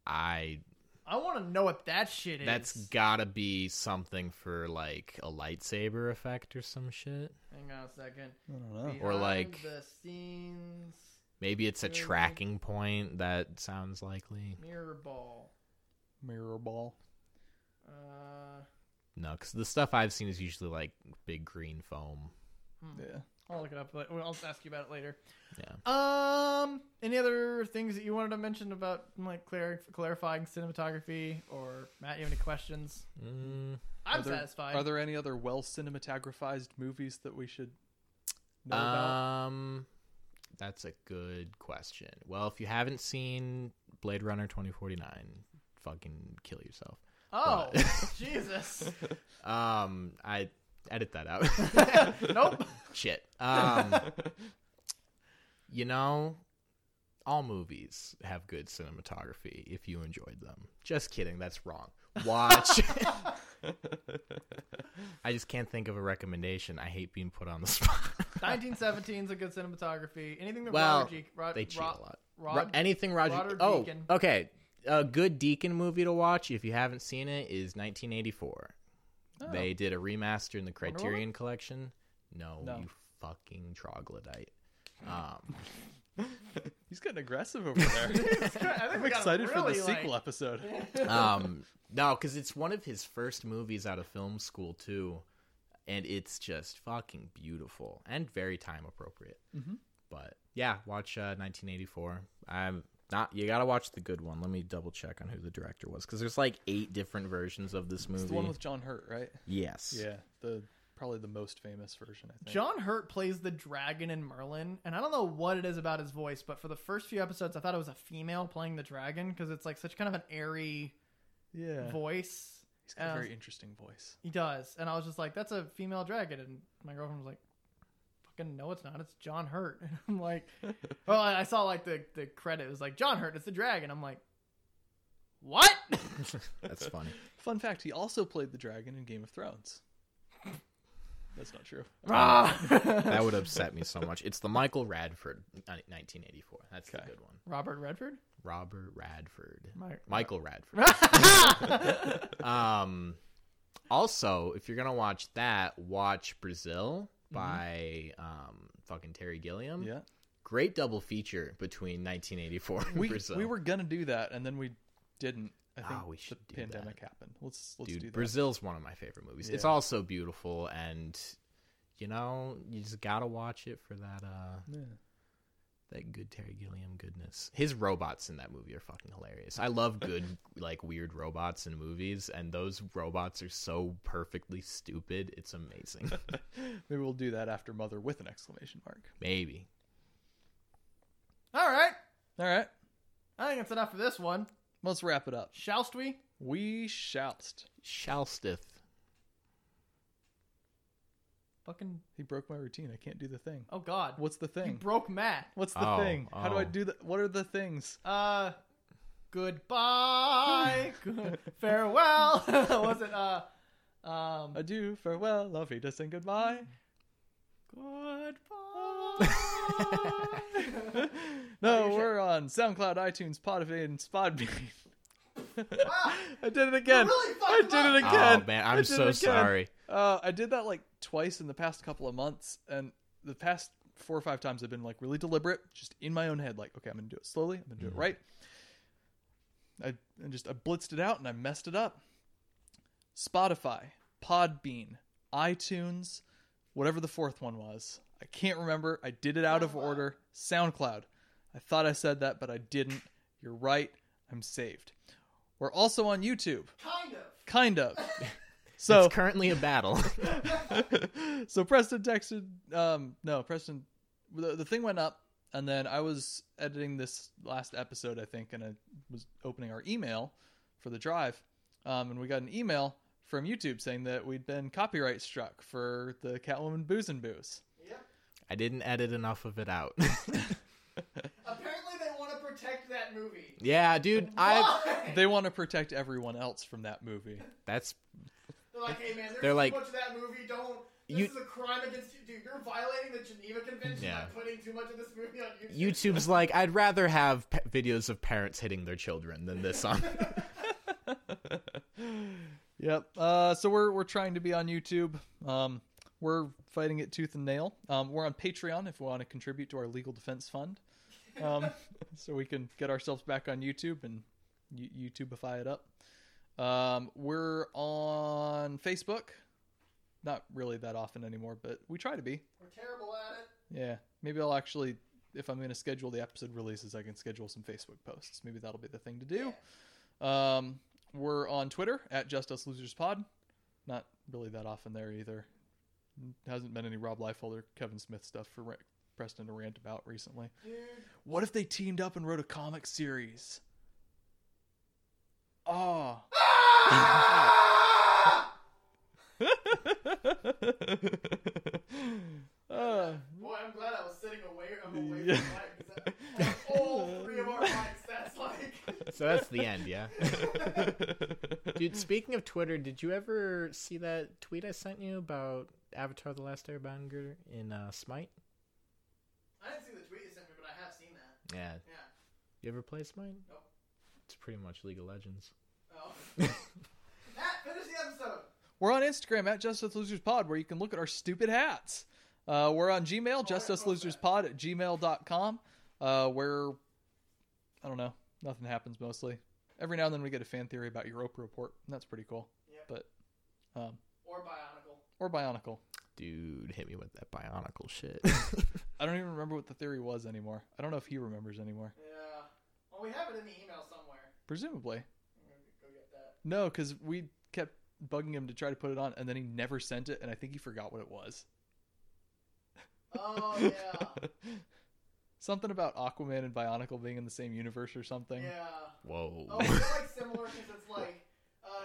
C: I
A: I want to know what that shit is.
C: that's gotta be something for like a lightsaber effect or some shit.
A: Hang on a second.
B: I don't know.
C: Oh. Or,
A: Behind
C: like-
A: the scenes
C: Maybe it's a
A: Really?
C: tracking point. That sounds likely.
A: mirror ball.
B: Mirror ball.
A: Uh,
C: No, because the stuff I've seen is usually like big green foam.
A: Mm.
B: Yeah.
A: I'll look it up. But I'll ask you about it later.
C: Yeah.
A: Um. Any other things that you wanted to mention about like clar- clarifying cinematography or Matt? You have any questions?
C: Mm.
A: I'm
B: Are there-
A: satisfied.
B: Are there any other well cinematographized movies that we should know about?
C: Um, that's a good question. Well, if you haven't seen Blade Runner 2049, fucking kill yourself.
A: Oh,
C: But-
A: Jesus.
C: Um, I edit that out.
A: nope.
C: Shit. Um, you know, all movies have good cinematography if you enjoyed them. Just kidding. That's wrong. Watch. I just can't think of a recommendation. I hate being put on the spot.
A: 1917's a good cinematography. Anything that
C: Well,
A: Roger G- Rod,
C: they cheat
A: Rod-
C: a lot.
A: Rod,
C: Ro- anything Roger.
A: Roger
C: oh,
A: Deakin.
C: okay. A good Deacon movie to watch if you haven't seen it is 1984. They did a remaster in the
A: Oh. Woman?
C: Criterion Collection. No,
B: No.
C: you fucking troglodyte.
A: Hmm.
C: Um,
B: He's getting aggressive over
A: I
B: there.
A: think
B: I'm
A: we got
B: excited for
A: really,
B: the
A: like-
B: sequel episode.
C: um, no, because it's one of his first movies out of film school too, and it's just fucking beautiful and very time appropriate.
B: Mhm.
C: But yeah, watch uh, 1984. I'm not. You gotta watch the good one. Let me double check on who the director was because there's like eight different versions of this movie.
B: It's the one with John Hurt, right?
C: yes.
B: Yeah, the probably the most famous version, I think.
A: John Hurt plays the dragon in Merlin, and I don't know what it is about his voice, but for the first few episodes, I thought it was a female playing the dragon because it's like such kind of an airy
B: yeah,
A: voice.
B: he's got
A: uh,
B: a very interesting voice.
A: He does, and I was just like, "That's a female dragon," and my girlfriend was like, "Fucking no, it's not. It's John Hurt." And I'm like, "Well, I I saw like the the credit it was like John Hurt. It's the dragon." I'm like, "What?"
C: That's funny.
B: Fun fact: he also played the dragon in Game of Thrones. That's not true.
A: Ah!
C: That would upset me so much. It's the Michael Radford, 1984. That's
B: Okay.
C: the good one.
A: Robert Redford.
C: Robert Radford.
A: My-
C: Michael Radford. um, also, if you're gonna watch that, watch Brazil by um, fucking Terry Gilliam.
B: Mm-hmm. Yeah,
C: Great double feature between 1984 and
B: we
C: Brazil.
B: we were gonna do that, and then we didn't. I think
C: Ah, we
B: the
C: should do that.
B: pandemic happened. Let's let's
C: Dude,
B: do that.
C: Brazil's one of my favorite movies. It's
B: Yeah.
C: also beautiful, and you know, you just gotta watch it for that uh,
B: Yeah.
C: that good Terry Gilliam goodness. His robots in that movie are fucking hilarious. I love good like weird robots in movies, and those robots are so perfectly stupid. It's amazing.
B: Maybe we'll do that after Mother with an exclamation mark.
C: Maybe.
A: All right,
B: All right,
A: I think that's enough for this one.
B: let's wrap it up.
A: Shallst we?
B: We shouts.
C: Shalstith.
A: Fucking
B: He broke my routine. I can't do the thing.
A: oh god,
B: What's the
A: you
B: thing?
A: broke Matt.
B: What's the
C: Oh,
B: thing? How do I
C: oh.
B: do the? What are the things?
A: Uh, goodbye, good, farewell. Was it uh, um,
B: Adieu, farewell, love you, just and goodbye.
A: goodbye?
B: No,
A: Oh, you should-
B: we're on SoundCloud, iTunes, Spotify, and Podbean. I did it again.
A: really fucked
B: I did
A: up.
B: it again.
C: Oh man,
B: I
C: I'm
B: did it
C: so
B: again.
C: sorry.
B: Uh, I did that like twice in the past couple of months, and the past four or five times I've been like really deliberate, just in my own head, like, okay, I'm gonna do it slowly, I'm gonna do it right. I and just I blitzed it out and I messed it up. Spotify, Podbean, iTunes, whatever the fourth one was. I can't remember. I did it out of order. SoundCloud. I thought I said that, but I didn't. You're right. I'm saved. We're also on YouTube,
A: Kind of.
B: kind of. So
C: It's currently a battle.
B: so Preston texted. Um, no, Preston. The, the thing went up, and then I was editing this last episode, I think, and I was opening our email for the drive, um, and we got an email from YouTube saying that we'd been copyright struck for the Catwoman Booze and Booze.
C: I didn't edit enough of it out.
A: Apparently, they want to protect that movie.
C: yeah, dude, I
A: Why?
B: They want to protect everyone else from that movie.
C: that's
A: They're like, hey man, there's
C: They're
A: too
C: like-
A: much of that movie. Don't. This
C: You-
A: is a crime against you, dude. You're violating the Geneva Convention
C: Yeah.
A: by putting too much of this movie on YouTube.
C: YouTube's like I'd rather have p- videos of parents hitting their children than this on.
B: Yep. Uh, so we're we're trying to be on YouTube. Um, we're fighting it tooth and nail. Um, we're on Patreon if we want to contribute to our legal defense fund, um, so we can get ourselves back on YouTube and y- YouTubeify it up. Um, we're on Facebook, not really that often anymore, but we try to be.
A: We're terrible at it.
B: Yeah, maybe I'll actually, if I'm going to schedule the episode releases, I can schedule some Facebook posts. Maybe that'll be the thing to do. Um, we're on Twitter at Just Us Losers Pod. Not really that often there either. Hasn't been any Rob Liefeld or Kevin Smith stuff for Ra- Preston to rant about recently. What if they teamed up and wrote a comic series? Ah.
A: Dude.
B: uh,
A: Boy, I'm glad I was sitting away. I'm
B: away from Yeah.
A: that
B: that- all three of our
A: mics. That's like.
C: So that's the end, yeah. Dude, speaking of Twitter, did you ever see that tweet I sent you about Avatar: The Last Airbender in uh, Smite?
A: I didn't see the tweet you sent me, but I have seen that.
C: Yeah.
A: Yeah.
C: You ever play Smite?
A: Nope.
C: It's pretty much League of Legends.
A: Oh. Matt, finish the episode.
B: We're on Instagram at Justice Losers Pod, where you can look at our stupid hats. Uh, we're on Gmail, Justice Losers Pod at gmail.com, uh, where, I don't know, nothing happens mostly. Every now and then we get a fan theory about Europa Report, and that's pretty cool.
A: Yep.
B: But, um,
A: Or Bionicle.
B: or Bionicle.
C: Dude, hit me with that Bionicle shit.
B: I don't even remember what the theory was anymore. I don't know if he remembers anymore.
A: Yeah. Well, we have it in the email somewhere.
B: Presumably.
A: I'm gonna go get that.
B: No, because we kept bugging him to try to put it on, and then he never sent it, and I think he forgot what it was.
A: Oh yeah.
B: something about Aquaman and Bionicle being in the same universe or something.
A: yeah.
C: Whoa.
A: Oh, it's like similar because it's like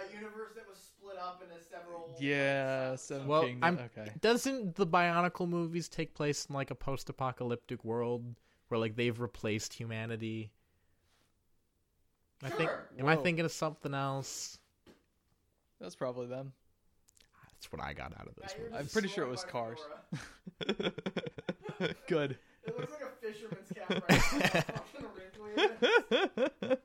A: a universe that was split up into several.
B: Yeah,
A: like, sub-
B: Seven
C: Well,
B: Kingdoms.
C: I'm-
B: Okay.
C: Doesn't the Bionicle movies take place in like a post-apocalyptic world where like they've replaced humanity? I think.
A: Sure.
C: Am I
B: Whoa.
C: thinking of something else?
B: That's probably them.
C: That's what I got out
A: Matt,
C: of this
A: you're
C: movie.
B: I'm
A: just
B: pretty sure it
A: swayed
B: was
A: by
B: Cars.
A: Flora.
B: Good.
A: It looks like a fisherman's cap right now. Fucking wrinkly.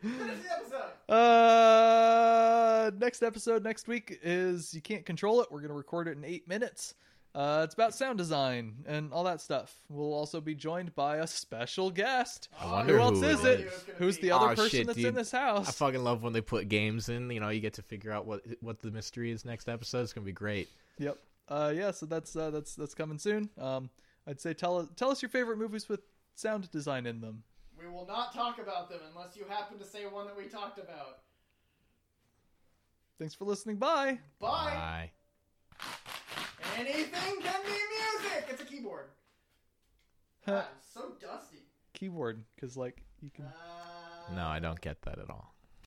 A: Finish the episode.
B: uh, next episode next week is You Can't Control It. We're going to record it in eight minutes. Uh, it's about sound design and all that stuff. We'll also be joined by a special guest.
C: I
A: Oh,
C: wonder
B: Who
A: yeah.
B: else
C: who
B: is
C: it
B: it?
C: is.
A: gonna
B: Who's
A: be.
B: the other
C: Oh,
B: person
C: shit,
B: that's in
C: dude.
B: this
C: I
B: house?
C: fucking love when they put games in. You know, you get to figure out what what the mystery is next episode. It's gonna be great.
B: Yep. Uh, yeah. So that's uh, that's that's coming soon. Um, I'd say tell tell us your favorite movies with sound design in them.
A: We will not talk about them unless you happen to say one that we talked about.
B: Thanks for listening. Bye.
A: Bye.
C: Bye.
A: Anything can be music. It's a keyboard. God, it's so dusty.
B: Keyboard, because like you can.
A: Uh,
C: No, I don't get that at all.